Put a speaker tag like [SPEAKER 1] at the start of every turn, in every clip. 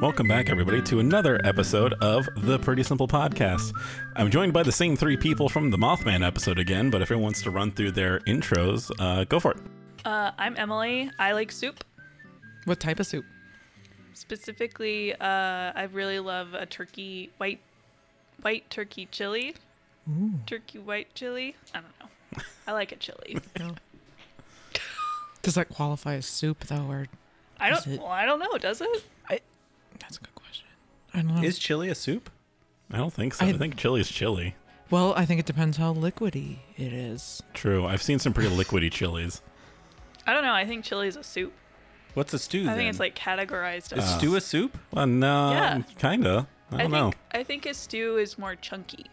[SPEAKER 1] Welcome back, everybody, to another episode of the Pretty Simple Podcast. I'm joined by the same three people from the Mothman episode again, but if everyone wants to run through their intros, uh, go for it.
[SPEAKER 2] Uh, I'm Emily. I like soup.
[SPEAKER 3] What type of soup?
[SPEAKER 2] Specifically, uh, I really love a turkey white white turkey chili. Turkey white chili. I don't know. I like a chili.
[SPEAKER 3] No. Does that qualify as soup though, or
[SPEAKER 2] I
[SPEAKER 3] Is
[SPEAKER 2] don't.
[SPEAKER 3] it-
[SPEAKER 2] Well, I don't know. Does it?
[SPEAKER 3] that's a good question. I don't know.
[SPEAKER 4] Is chili a soup?
[SPEAKER 1] I don't think so. I,
[SPEAKER 3] I-
[SPEAKER 1] think chili is chili.
[SPEAKER 3] well, I think it depends how liquidy it is.
[SPEAKER 1] True. I've seen some pretty liquidy chilies.
[SPEAKER 2] I don't know. I think chili is a soup.
[SPEAKER 4] What's a stew?
[SPEAKER 2] I
[SPEAKER 4] then?
[SPEAKER 2] think it's like categorized.
[SPEAKER 4] is
[SPEAKER 2] as
[SPEAKER 4] stew a soup?
[SPEAKER 1] Well, no,
[SPEAKER 2] Yeah.
[SPEAKER 1] kinda. I
[SPEAKER 2] I
[SPEAKER 1] don't
[SPEAKER 2] think
[SPEAKER 1] know.
[SPEAKER 2] I think a stew is more chunky.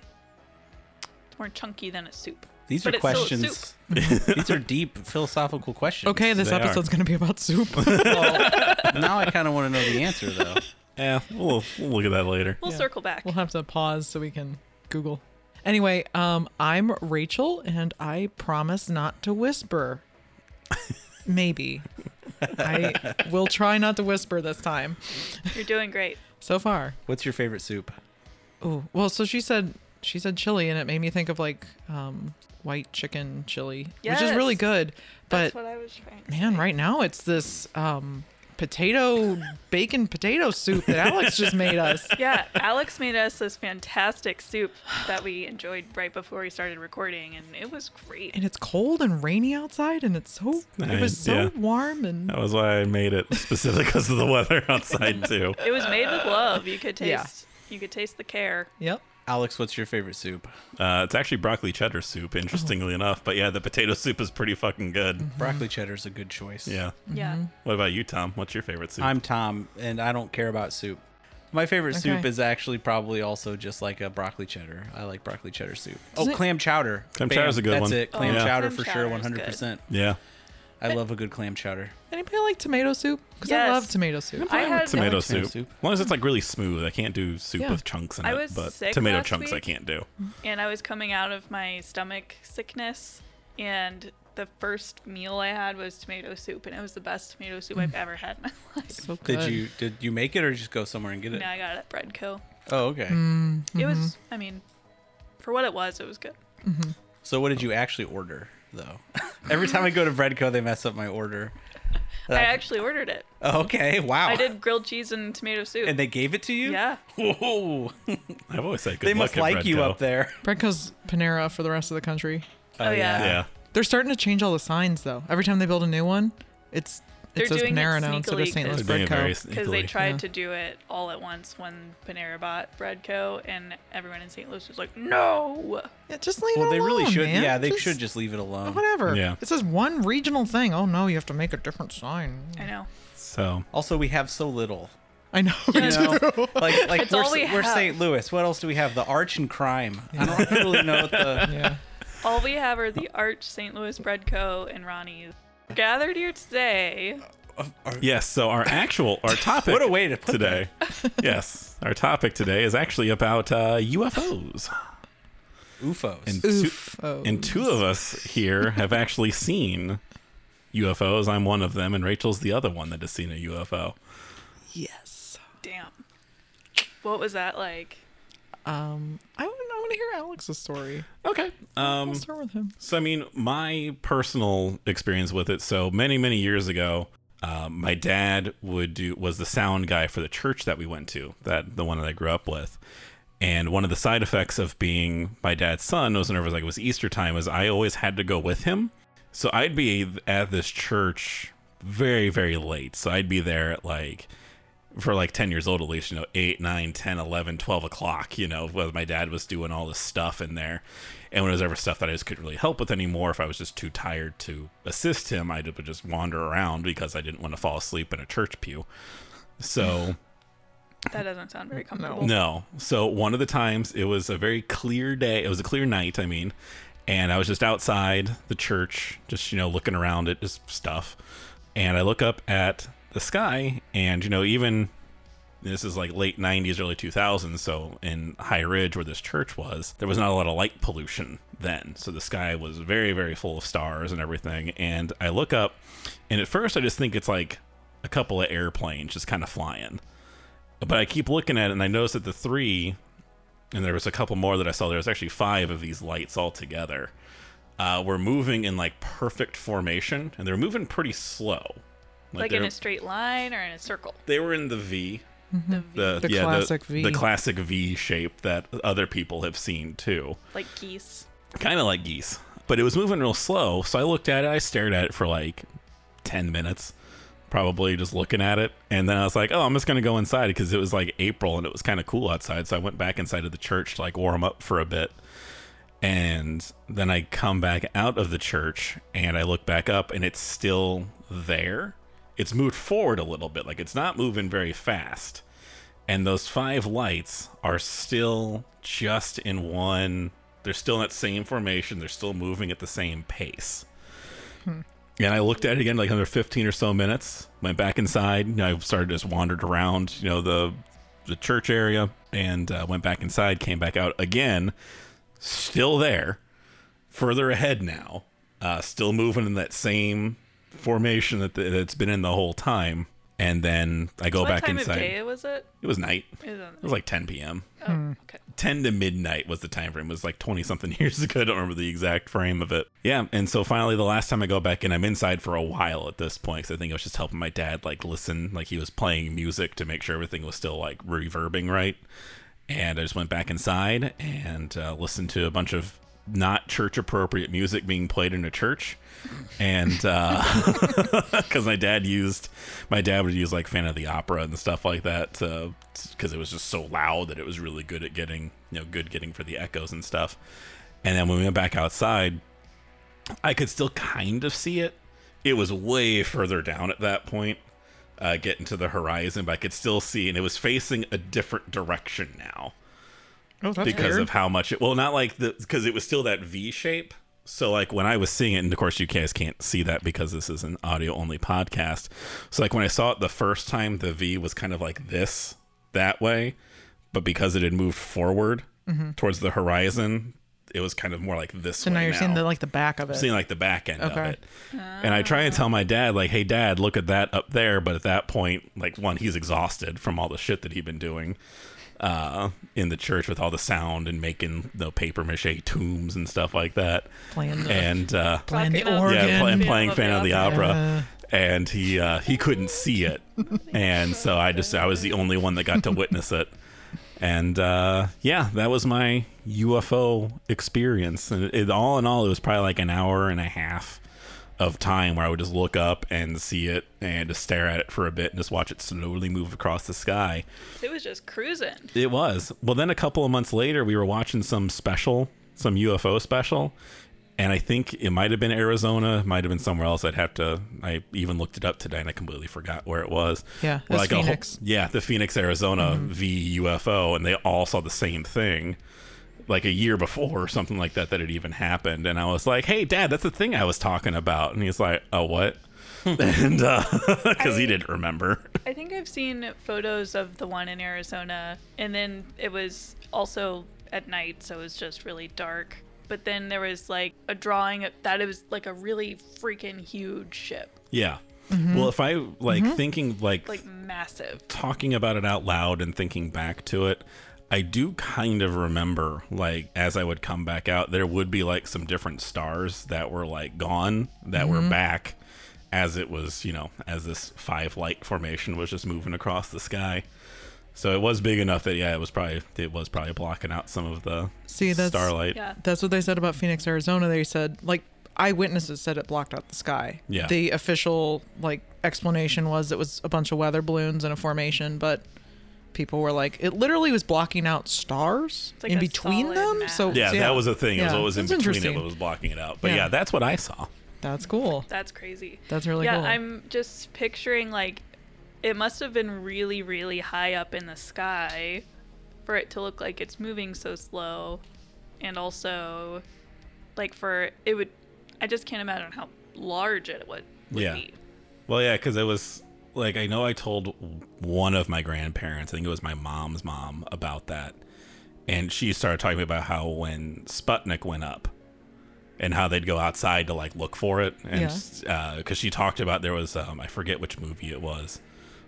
[SPEAKER 2] It's more chunky than a soup.
[SPEAKER 4] These
[SPEAKER 2] But
[SPEAKER 4] are
[SPEAKER 2] it's still a
[SPEAKER 4] questions. These are deep philosophical questions.
[SPEAKER 3] Okay, this
[SPEAKER 1] they are.
[SPEAKER 3] episode's gonna be about soup.
[SPEAKER 4] Well, now I kind of want to know the answer though.
[SPEAKER 1] Yeah, Eh, we'll, we'll look at that later.
[SPEAKER 2] We'll
[SPEAKER 3] Yeah.
[SPEAKER 2] circle back.
[SPEAKER 3] we'll have to pause so we can Google. Anyway, um, I'm Rachel, and I promise not to whisper. Maybe. I will try not to whisper this time.
[SPEAKER 2] You're doing great.
[SPEAKER 3] So far.
[SPEAKER 4] What's your favorite soup?
[SPEAKER 3] Oh well, so she said she said chili, and it made me think of like um, white chicken chili, which is really
[SPEAKER 2] Yes.
[SPEAKER 3] good. But
[SPEAKER 2] That's what I was trying. to
[SPEAKER 3] man,
[SPEAKER 2] say.
[SPEAKER 3] right now it's this um, potato bacon potato soup that Alex just made us.
[SPEAKER 2] yeah, Alex made us this fantastic soup that we enjoyed right before we started recording, and it was great.
[SPEAKER 3] And it's cold and rainy outside, and it's so it was so
[SPEAKER 1] Yeah.
[SPEAKER 3] warm and
[SPEAKER 4] Oh.
[SPEAKER 1] That was why I made it specific because of the weather outside too.
[SPEAKER 2] It was made with love. You could taste.
[SPEAKER 3] uh, Yeah.
[SPEAKER 2] You could taste the care.
[SPEAKER 3] yep.
[SPEAKER 4] Alex, what's your favorite soup?
[SPEAKER 1] Uh, it's actually broccoli cheddar soup, interestingly enough. But yeah, the potato soup is pretty fucking good.
[SPEAKER 4] Broccoli cheddar is a good choice.
[SPEAKER 1] Yeah.
[SPEAKER 3] Mm-hmm.
[SPEAKER 2] Yeah.
[SPEAKER 1] What about you, Tom? What's your favorite soup?
[SPEAKER 4] I'm Tom, and I don't care about soup. My favorite soup
[SPEAKER 3] Okay.
[SPEAKER 4] is actually probably also just like a broccoli cheddar. I like broccoli cheddar soup. Oh,
[SPEAKER 3] Isn't it-
[SPEAKER 4] clam chowder.
[SPEAKER 1] Clam
[SPEAKER 4] Bam,
[SPEAKER 1] chowder's a good
[SPEAKER 4] That's
[SPEAKER 1] one.
[SPEAKER 4] it. Clam
[SPEAKER 1] Oh, yeah.
[SPEAKER 4] chowder
[SPEAKER 2] Clam
[SPEAKER 4] for sure,
[SPEAKER 2] chowder's
[SPEAKER 4] 100%.
[SPEAKER 1] yeah.
[SPEAKER 4] I love a good clam chowder.
[SPEAKER 3] Anybody like tomato soup? Because
[SPEAKER 2] Yes.
[SPEAKER 3] I love tomato soup.
[SPEAKER 2] I had.
[SPEAKER 1] tomato
[SPEAKER 4] like tomato
[SPEAKER 1] soup.
[SPEAKER 4] soup.
[SPEAKER 1] As long as it's like really smooth. I can't do soup
[SPEAKER 3] Yeah.
[SPEAKER 1] with chunks in
[SPEAKER 2] I
[SPEAKER 1] it,
[SPEAKER 2] was
[SPEAKER 1] but
[SPEAKER 2] sick
[SPEAKER 1] tomato
[SPEAKER 2] last
[SPEAKER 1] chunks I
[SPEAKER 2] week.
[SPEAKER 1] can't do.
[SPEAKER 2] and I was coming out of my stomach sickness, and the first meal I had was tomato soup, and it was the best tomato soup I've
[SPEAKER 3] Mm.
[SPEAKER 2] ever had in my life.
[SPEAKER 3] So good.
[SPEAKER 4] Did you did you make it or just go somewhere and get it?
[SPEAKER 2] Yeah, I got it at Bread Co.
[SPEAKER 4] Oh, okay.
[SPEAKER 2] It was.
[SPEAKER 3] Mm-hmm.
[SPEAKER 2] I mean, for what it was, it was good.
[SPEAKER 4] So what did you actually order though? Every time I go to Breadco, they mess up my order. Uh,
[SPEAKER 2] I actually ordered it.
[SPEAKER 4] Oh, okay, wow.
[SPEAKER 2] I did grilled cheese and tomato soup.
[SPEAKER 4] And they gave it to you?
[SPEAKER 2] yeah.
[SPEAKER 4] Whoa.
[SPEAKER 1] I've always said good
[SPEAKER 4] they
[SPEAKER 1] luck
[SPEAKER 4] must
[SPEAKER 1] at
[SPEAKER 4] like you
[SPEAKER 1] Breadco.
[SPEAKER 4] up there.
[SPEAKER 3] Bredco's Panera for the rest of the country.
[SPEAKER 2] Oh, yeah.
[SPEAKER 1] Yeah.
[SPEAKER 3] They're starting to change all the signs though. Every time they build a new one, it's
[SPEAKER 2] They're
[SPEAKER 3] it says
[SPEAKER 2] doing it
[SPEAKER 3] Panera now instead of
[SPEAKER 2] sneakily
[SPEAKER 3] St.
[SPEAKER 1] They're
[SPEAKER 3] Louis
[SPEAKER 1] doing
[SPEAKER 2] It's
[SPEAKER 3] Bread
[SPEAKER 1] it
[SPEAKER 3] Co.
[SPEAKER 1] very
[SPEAKER 2] because they
[SPEAKER 1] sneakily.
[SPEAKER 2] tried
[SPEAKER 3] Yeah.
[SPEAKER 2] to do it all at once when Panera bought Breadco, and everyone in St. Louis was like, "No."
[SPEAKER 3] Yeah, just leave
[SPEAKER 4] Well,
[SPEAKER 3] it
[SPEAKER 4] they really
[SPEAKER 3] alone,
[SPEAKER 4] should.
[SPEAKER 3] man.
[SPEAKER 4] Yeah, they should just leave it alone.
[SPEAKER 3] whatever.
[SPEAKER 1] Yeah.
[SPEAKER 3] It says one regional thing. Oh no, you have to make a different sign.
[SPEAKER 2] I know.
[SPEAKER 1] so
[SPEAKER 4] Also, we have so little.
[SPEAKER 3] I know. we
[SPEAKER 4] You
[SPEAKER 3] do.
[SPEAKER 4] know, like like
[SPEAKER 2] It's
[SPEAKER 4] we're,
[SPEAKER 2] all we
[SPEAKER 4] we're
[SPEAKER 2] have.
[SPEAKER 4] St. Louis. What else do we have? The arch and crime. I don't really know what the.
[SPEAKER 3] Yeah.
[SPEAKER 2] All we have are the Arch, St. Louis Breadco, and Ronnie's. We're gathered here today.
[SPEAKER 1] yes, so our actual our topic
[SPEAKER 4] What a way to put
[SPEAKER 1] today. yes, our topic today is actually about uh, UFOs.
[SPEAKER 4] UFOs.
[SPEAKER 1] And
[SPEAKER 3] Oof.
[SPEAKER 1] Two,
[SPEAKER 3] Oh.
[SPEAKER 1] and two of us here have actually seen UFOs. I'm one of them, and Rachel's the other one that has seen a UFO.
[SPEAKER 3] yes.
[SPEAKER 2] Damn. What was that like?
[SPEAKER 3] Um, I want. I want to hear Alex's story.
[SPEAKER 1] Okay. Um,
[SPEAKER 4] Mm.
[SPEAKER 3] I'll start with him.
[SPEAKER 1] So I mean, my personal experience with it. So many, many years ago, um, my dad would do was the sound guy for the church that we went to, that the one that I grew up with. And one of the side effects of being my dad's son was whenever it was like it was Easter time, was I always had to go with him. So I'd be at this church very, very late. So I'd be there at like for like 10 years old at least you know 8 9 10 11 12 o'clock you know where my dad was doing all this stuff in there and when it was ever stuff that i just couldn't really help with anymore if i was just too tired to assist him i would just wander around because i didn't want to fall asleep in a church pew so
[SPEAKER 2] That doesn't sound very comfortable.
[SPEAKER 1] no. So one of the times it was a very clear day. It was a clear night, I mean. And I was just outside the church, just, you know, looking around at just stuff. And I look up at the sky and, you know, even this is like late 90s, early 2000s. So in High Ridge, where this church was, there was not a lot of light pollution then. So the sky was very, very full of stars and everything. And I look up, and at first I just think it's like a couple of airplanes just kind of flying But I keep looking at it and I notice that the three, and there was a couple more that I saw, there was actually five of these lights all together, uh, were moving in like perfect formation and they're moving pretty slow.
[SPEAKER 2] like in
[SPEAKER 1] they're-
[SPEAKER 2] a straight line or in a circle.
[SPEAKER 1] they were in the V.
[SPEAKER 2] The,
[SPEAKER 1] The,
[SPEAKER 3] The
[SPEAKER 1] yeah,
[SPEAKER 3] classic
[SPEAKER 1] the,
[SPEAKER 3] V.
[SPEAKER 1] The classic V shape that other people have seen too.
[SPEAKER 2] like geese.
[SPEAKER 1] Kind of like geese. But it was moving real slow. So I looked at it. I stared at it for like 10 minutes, probably just looking at it. And then I was like, oh, I'm just going to go inside because it was like April and it was kind of cool outside. So I went back inside of the church to like warm up for a bit. And then I come back out of the church and I look back up and it's still there. It's moved forward a little bit, like it's not moving very fast. And those five lights are still just in one, they're still in that same formation, they're still moving at the same pace.
[SPEAKER 2] Hmm.
[SPEAKER 1] And I looked at it again, like another 15 or so minutes. Went back inside. And I started just wandered around, you know, the the church area, and uh, went back inside. Came back out again, still there, further ahead now, uh, still moving in that same formation that the, that's been in the whole time. And then I go
[SPEAKER 2] what
[SPEAKER 1] back
[SPEAKER 2] time
[SPEAKER 1] inside.
[SPEAKER 2] of day was it?
[SPEAKER 1] It was night. It
[SPEAKER 2] It was on-
[SPEAKER 1] was like 10 p.m.
[SPEAKER 2] oh, okay.
[SPEAKER 1] 10 to midnight was the time frame. It was like 20 something years ago. I don't remember the exact frame of it. Yeah. And so finally, the last time I go back in, I'm inside for a while at this point because I think I was just helping my dad like listen. Like he was playing music to make sure everything was still like reverbing right. And I just went back inside and uh, listened to a bunch of not church appropriate music being played in a church. And because my dad used, my dad would use like Fan of the Opera and stuff like that because it was just so loud that it was really good at getting, you know, good getting for the echoes and stuff. And then when we went back outside, I could still kind of see it. It was way further down at that point, uh, getting to the horizon, but I could still see, and it was facing a different direction now
[SPEAKER 3] Oh, that's
[SPEAKER 1] because
[SPEAKER 3] weird.
[SPEAKER 1] of how much it well not like the because it was still that v shape so like when i was seeing it and of course you guys can't see that because this is an audio only podcast so like when i saw it the first time the v was kind of like this that way but because it had moved forward towards the horizon it was kind of more like this
[SPEAKER 3] Mm-hmm. so
[SPEAKER 1] way
[SPEAKER 3] now you're seeing the like the back of it.
[SPEAKER 1] seeing like the back end
[SPEAKER 3] Okay.
[SPEAKER 1] of it. And I try and tell my dad, like, hey, dad, look at that up there. But at that point, like, one, he's exhausted from all the shit that he'd been doing uh, in the church with all the sound and making the paper mache tombs and stuff like that.
[SPEAKER 3] playing the,
[SPEAKER 1] And uh,
[SPEAKER 3] playing the
[SPEAKER 2] Fucking up.
[SPEAKER 3] organ.
[SPEAKER 1] yeah,
[SPEAKER 2] Fan
[SPEAKER 1] pl- and
[SPEAKER 2] of
[SPEAKER 1] playing
[SPEAKER 2] the
[SPEAKER 1] fan of the
[SPEAKER 2] Opera.
[SPEAKER 1] opera, and he uh, he couldn't see it, and so I just I was the only one that got to witness it, and uh, yeah, that was my UFO experience. And it, all in all, it was probably like an hour and a half of time where I would just look up and see it and just stare at it for a bit and just watch it slowly move across the sky.
[SPEAKER 2] It was just cruising.
[SPEAKER 1] It was. Well, then a couple of months later, we were watching some special, some UFO special, and I think it might have been Arizona, it might have been somewhere else. I'd have to. I even looked it up today, and I completely forgot where it was.
[SPEAKER 3] Yeah, it
[SPEAKER 1] Where,
[SPEAKER 3] was
[SPEAKER 1] a whole-
[SPEAKER 3] Phoenix. Mm-hmm.
[SPEAKER 1] yeah, the Phoenix, Arizona V UFO, and they all saw the same thing. Like a year before, or something like that, that had even happened, and I was like, "Hey, Dad, that's the thing I was talking about," and he's like, "Oh, what?"
[SPEAKER 3] Hmm.
[SPEAKER 1] and because he
[SPEAKER 2] I-
[SPEAKER 1] didn't remember.
[SPEAKER 2] I think I've seen photos of the one in Arizona, and then it was also at night, so it was just really dark. But then there was like a drawing of, that it was like a really freaking huge ship,
[SPEAKER 1] Yeah.
[SPEAKER 3] Mm-hmm.
[SPEAKER 1] Well, if I like thinking
[SPEAKER 2] like massive.
[SPEAKER 1] talking about it out loud and thinking back to it, I do kind of remember like as I would come back out, there would be like some different stars that were like gone that were
[SPEAKER 3] Mm-hmm.
[SPEAKER 1] back as it was, you know, as this five light formation was just moving across the sky. So it was big enough that yeah, it was probably it was probably blocking out some of the
[SPEAKER 3] See, that's-
[SPEAKER 1] starlight.
[SPEAKER 2] Yeah.
[SPEAKER 3] That's what they said about Phoenix, Arizona. They said like eyewitnesses said it blocked out the sky.
[SPEAKER 1] Yeah.
[SPEAKER 3] The official like explanation was it was a bunch of weather balloons in a formation, but people were like it literally was blocking out stars
[SPEAKER 2] like
[SPEAKER 3] in
[SPEAKER 2] a
[SPEAKER 3] between
[SPEAKER 2] solid
[SPEAKER 3] them.
[SPEAKER 2] mass.
[SPEAKER 3] So
[SPEAKER 1] Yeah, that was a thing. It was
[SPEAKER 3] Yeah,
[SPEAKER 1] what was in
[SPEAKER 3] that's
[SPEAKER 1] between it
[SPEAKER 3] interesting.
[SPEAKER 1] that was blocking it out. But
[SPEAKER 3] Yeah.
[SPEAKER 1] yeah, that's what I saw.
[SPEAKER 3] That's cool.
[SPEAKER 2] That's crazy.
[SPEAKER 3] That's really
[SPEAKER 2] yeah,
[SPEAKER 3] cool.
[SPEAKER 2] I'm just picturing like it must have been really, really high up in the sky for it to look like it's moving so slow. And also like for it would I just can't imagine how large it would, would
[SPEAKER 1] Yeah.
[SPEAKER 2] be.
[SPEAKER 1] Well, yeah, because it was like I know I told one of my grandparents, I think it was my mom's mom, about that, and she started talking about how when Sputnik went up, and how they'd go outside to like look for it, and uh,
[SPEAKER 3] Yeah.
[SPEAKER 1] because she talked about there was um, I forget which movie it was,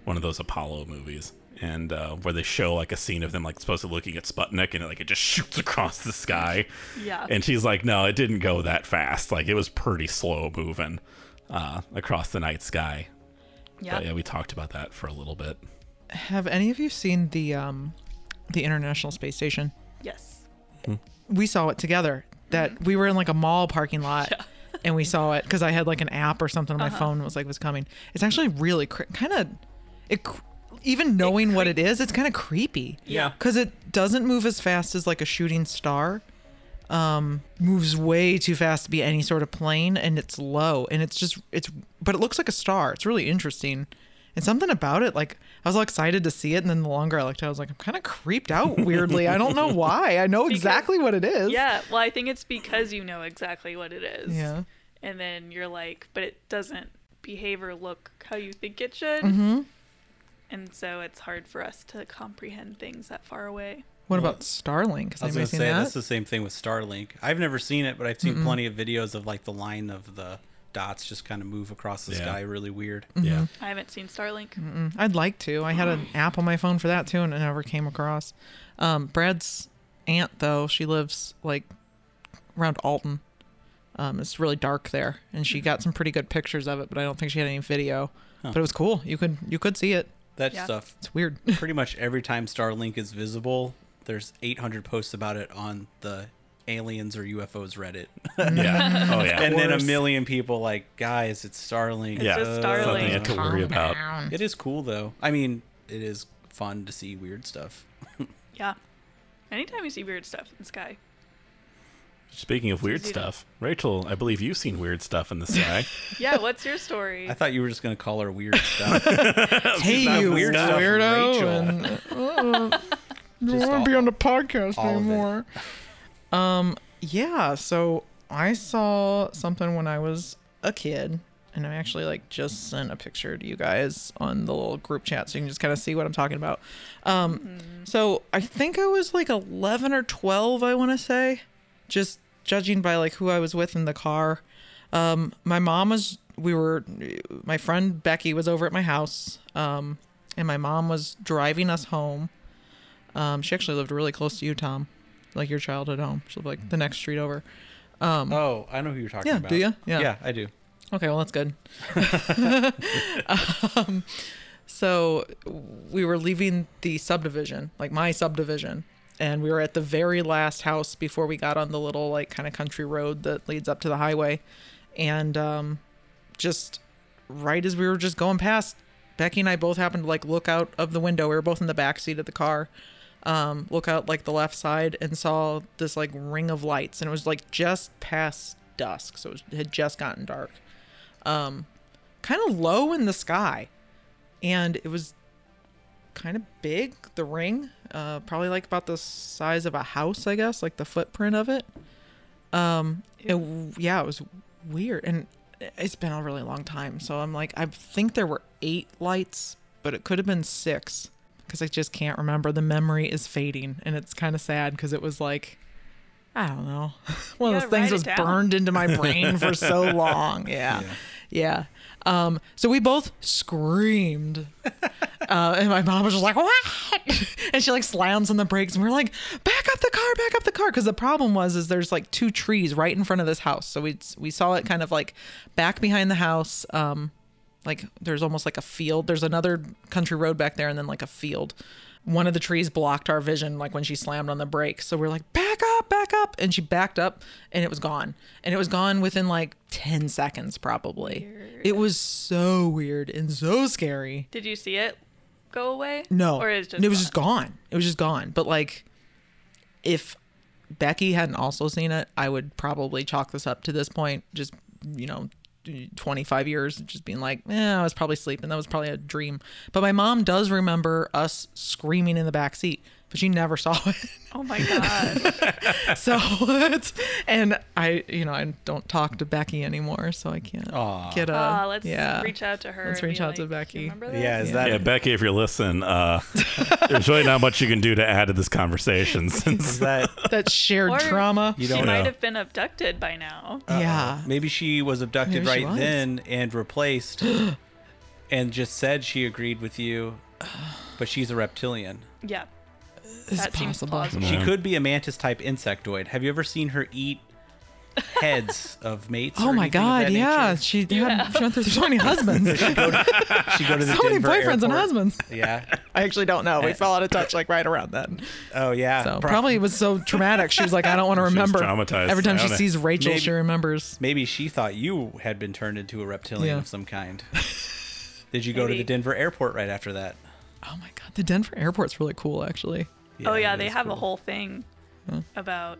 [SPEAKER 1] one of those Apollo movies, and uh, where they show like a scene of them like supposed to looking at Sputnik and like it just shoots across the sky.
[SPEAKER 2] Yeah.
[SPEAKER 1] And she's like, no, it didn't go that fast. Like it was pretty slow moving uh, across the night sky.
[SPEAKER 2] yeah.
[SPEAKER 1] But yeah, we talked about that for a little bit.
[SPEAKER 3] Have any of you seen the um, the International Space Station?
[SPEAKER 2] Yes.
[SPEAKER 3] we saw it together that we were in like a mall parking lot and we saw it because i had like an app or something on my phone that was like was coming it's actually really cre- kind of it cr- even knowing what it is it's kind of creepy
[SPEAKER 1] Yeah.
[SPEAKER 3] because it doesn't move as fast as like a shooting star um moves way too fast to be any sort of plane and it's low and it's just it's but it looks like a star it's really interesting and something about it like i was all excited to see it and then the longer i looked at it i was like i'm kind of creeped out weirdly i don't know why i know exactly what it is
[SPEAKER 2] Yeah. Well, I think it's because you know exactly what it is.
[SPEAKER 3] yeah
[SPEAKER 2] And then you're like, but it doesn't behave or look how you think it should.
[SPEAKER 3] Mm-hmm.
[SPEAKER 2] And so it's hard for us to comprehend things that far away.
[SPEAKER 3] what about starlink has
[SPEAKER 4] I
[SPEAKER 3] anybody
[SPEAKER 4] was gonna
[SPEAKER 3] seen
[SPEAKER 4] say
[SPEAKER 3] that
[SPEAKER 4] that's the same thing with Starlink. I've never seen it, but I've seen plenty of videos of like the line of the dots just kind of move across the
[SPEAKER 1] Yeah.
[SPEAKER 4] sky, really weird.
[SPEAKER 1] Yeah.
[SPEAKER 2] I haven't seen Starlink.
[SPEAKER 3] Mm, i'd like to i had an app on my phone for that too and i never came across um brad's aunt though she lives like around alton um it's really dark there and she got some pretty good pictures of it but i don't think she had any video but it was cool you could you could see it
[SPEAKER 4] That
[SPEAKER 2] Yeah.
[SPEAKER 4] stuff.
[SPEAKER 3] it's weird
[SPEAKER 4] Pretty much every time Starlink is visible, there's 800 posts about it on the aliens or UFOs Reddit,
[SPEAKER 1] Yeah. Oh yeah.
[SPEAKER 4] and then a
[SPEAKER 3] course.
[SPEAKER 4] million people like, guys, it's Starlink.
[SPEAKER 1] yeah.
[SPEAKER 2] just
[SPEAKER 1] Something you have
[SPEAKER 2] Starlink.
[SPEAKER 1] to worry about.
[SPEAKER 4] It is cool though. I mean, it is fun to see weird stuff.
[SPEAKER 2] Yeah. Anytime you see weird stuff in the sky.
[SPEAKER 1] Speaking of weird
[SPEAKER 2] easy to-
[SPEAKER 1] stuff, Rachel, I believe you've seen weird stuff in the sky.
[SPEAKER 2] Yeah. What's your story?
[SPEAKER 4] I thought you were just gonna call her weird stuff.
[SPEAKER 3] hey, you
[SPEAKER 4] weird stuff, Rachel.
[SPEAKER 3] weirdo. and, uh, you
[SPEAKER 4] Just
[SPEAKER 3] won't
[SPEAKER 4] all-
[SPEAKER 3] be on the podcast
[SPEAKER 4] all of it.
[SPEAKER 3] anymore. Um, yeah. So I saw something when I was a kid, and I actually like just sent a picture to you guys on the little group chat, so you can just kind of see what I'm talking about. Um, so I think I was like 11 or 12, I want to say, just judging by like who I was with in the car. Um, my mom was, we were, my friend Becky was over at my house, um, and my mom was driving us home. Um, she actually lived really close to you, Tom, like your childhood home. She lived like the next street over. Um,
[SPEAKER 4] oh, I know who you're talking
[SPEAKER 3] Yeah,
[SPEAKER 4] about.
[SPEAKER 3] do ya? Yeah.
[SPEAKER 4] yeah, I do.
[SPEAKER 3] Okay, well that's good. um, so we were leaving the subdivision, like my subdivision, and we were at the very last house before we got on the little like kind of country road that leads up to the highway, and um, just right as we were just going past, Becky and I both happened to like look out of the window. We were both in the back seat of the car. Um, look out like the left side and saw this like ring of lights, and it was like just past dusk, so it, was, it had just gotten dark kind of low in the sky and it was kind of big the ring uh, probably like about the size of a house i guess like the footprint of it um it, yeah it was weird and it's been a really long time so i'm like i think there were eight lights but it could have been six because i just can't remember the memory is fading and it's kind of sad because it was like i don't know one
[SPEAKER 2] Yeah,
[SPEAKER 3] of those things
[SPEAKER 2] write it
[SPEAKER 3] was
[SPEAKER 2] down.
[SPEAKER 3] burned into my brain for so long yeah yeah, Um, so we both screamed uh, and my mom was just like, "What?" and she like slams on the brakes, and we're like, "Back up the car, back up the car!" Because the problem was is there's like two trees right in front of this house, so we we saw it kind of like back behind the house. Um, like there's almost like a field. There's another country road back there, and then like a field. One of the trees blocked our vision, like when she slammed on the brakes. So we're like, back up, back up. And she backed up and it was gone. And it was gone within like 10 seconds, probably. It was so weird and so scary.
[SPEAKER 2] Did you see it go away?
[SPEAKER 3] No.
[SPEAKER 2] Or is just
[SPEAKER 3] it was just gone. It was just gone. But like if Becky hadn't also seen it, I would probably chalk this up to this point, just you know, 25 years of just being like, eh, I was probably sleeping. That was probably a dream. But my mom does remember us screaming in the back seat, but she never saw it.
[SPEAKER 2] Oh my god.
[SPEAKER 3] So it's and I, you know, I don't talk to Becky anymore, so I can't
[SPEAKER 4] Aw.
[SPEAKER 3] get a
[SPEAKER 2] Aw, let's
[SPEAKER 3] Uh, yeah.
[SPEAKER 2] reach out to her.
[SPEAKER 3] Let's
[SPEAKER 2] and be
[SPEAKER 3] reach out
[SPEAKER 2] like, "Do
[SPEAKER 3] to
[SPEAKER 2] you
[SPEAKER 3] Becky."
[SPEAKER 2] remember this?"
[SPEAKER 4] Yeah, is
[SPEAKER 3] Yeah.
[SPEAKER 4] that
[SPEAKER 1] Yeah, Becky, if you're listening, uh, there's really not much you can do to add to this conversation since
[SPEAKER 4] is that
[SPEAKER 3] that shared
[SPEAKER 2] Or-
[SPEAKER 3] trauma.
[SPEAKER 4] you
[SPEAKER 2] She
[SPEAKER 4] don't know?
[SPEAKER 2] might have been abducted by now.
[SPEAKER 3] yeah.
[SPEAKER 4] Maybe she was abducted
[SPEAKER 3] Maybe she
[SPEAKER 4] right
[SPEAKER 3] was.
[SPEAKER 4] then and replaced, and just said she agreed with you. but she's a reptilian.
[SPEAKER 2] Yeah.
[SPEAKER 3] Is
[SPEAKER 2] That seems
[SPEAKER 3] possible.
[SPEAKER 2] plausible.
[SPEAKER 4] She
[SPEAKER 1] Yeah.
[SPEAKER 4] could be a mantis type insectoid. Have you ever seen her eat heads of mates?
[SPEAKER 3] Oh
[SPEAKER 4] or
[SPEAKER 3] my
[SPEAKER 4] anything of
[SPEAKER 3] god,
[SPEAKER 4] that
[SPEAKER 3] yeah.
[SPEAKER 4] nature?
[SPEAKER 3] She had she went through so many husbands. so
[SPEAKER 4] She go to the
[SPEAKER 3] many
[SPEAKER 4] Denver
[SPEAKER 3] boyfriends
[SPEAKER 4] airport.
[SPEAKER 3] and husbands.
[SPEAKER 4] Yeah.
[SPEAKER 3] I actually don't know. We fell out of touch like right around then.
[SPEAKER 4] Oh yeah.
[SPEAKER 3] So
[SPEAKER 4] Pro-
[SPEAKER 3] probably it was so traumatic. She was like, I don't want to
[SPEAKER 1] was
[SPEAKER 3] remember.
[SPEAKER 1] traumatized.
[SPEAKER 3] Every time
[SPEAKER 1] I
[SPEAKER 3] she
[SPEAKER 1] don't-
[SPEAKER 3] sees Rachel, she
[SPEAKER 4] Maybe-
[SPEAKER 3] remembers.
[SPEAKER 4] Maybe she thought you had been turned into a reptilian
[SPEAKER 3] Yeah.
[SPEAKER 4] of some kind. Did you go to
[SPEAKER 2] Maybe.
[SPEAKER 4] the Denver airport right after that?
[SPEAKER 3] Oh my god, the Denver airport's really cool actually.
[SPEAKER 2] oh yeah,
[SPEAKER 4] it
[SPEAKER 2] they
[SPEAKER 4] is
[SPEAKER 2] have a
[SPEAKER 4] cool. Uh,
[SPEAKER 2] whole thing about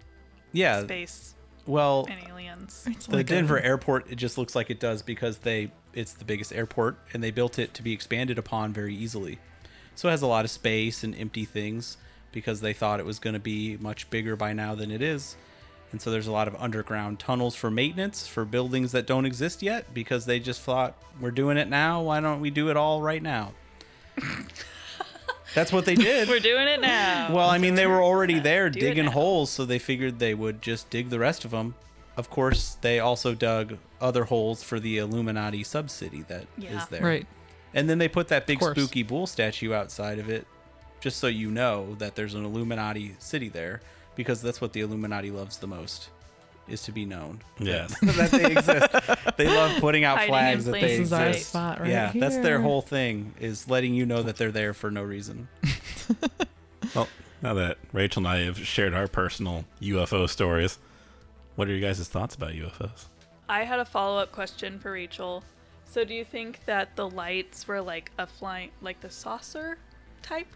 [SPEAKER 4] yeah.
[SPEAKER 2] space
[SPEAKER 4] Well,
[SPEAKER 2] and aliens.
[SPEAKER 3] It's
[SPEAKER 4] the
[SPEAKER 3] like a-
[SPEAKER 4] Denver airport it just looks like it does because they it's the biggest airport and they built it to be expanded upon very easily. So it has a lot of space and empty things because they thought it was going to be much bigger by now than it is. And so there's a lot of underground tunnels for maintenance for buildings that don't exist yet because they just thought we're doing it now, why don't we do it all right now? That's what they did.
[SPEAKER 2] We're doing it now.
[SPEAKER 4] Well, I mean, they were already there
[SPEAKER 2] Do it
[SPEAKER 4] digging
[SPEAKER 2] now.
[SPEAKER 4] holes, so they figured they would just dig the rest of them. Of course, they also dug other holes for the Illuminati subcity that is
[SPEAKER 2] Yeah.
[SPEAKER 4] there.
[SPEAKER 3] Right.
[SPEAKER 4] And then they put that big
[SPEAKER 3] course.
[SPEAKER 4] spooky bull statue outside of it, just so you know that there's an Illuminati city there, because that's what the Illuminati loves the most, is to be known
[SPEAKER 1] Yes.
[SPEAKER 4] that they exist. They love putting out
[SPEAKER 2] Hiding in
[SPEAKER 4] flags that they
[SPEAKER 2] plain
[SPEAKER 3] This is our
[SPEAKER 2] Right.
[SPEAKER 4] exist.
[SPEAKER 3] spot right
[SPEAKER 4] yeah, that's their
[SPEAKER 3] here.
[SPEAKER 4] whole thing is letting you know that they're there for no reason.
[SPEAKER 1] Well, now that Rachel and I have shared our personal UFO stories, what are your guys' thoughts about UFOs?
[SPEAKER 2] I had a follow up question for Rachel. So, do you think that the lights were like a flying, like the saucer type?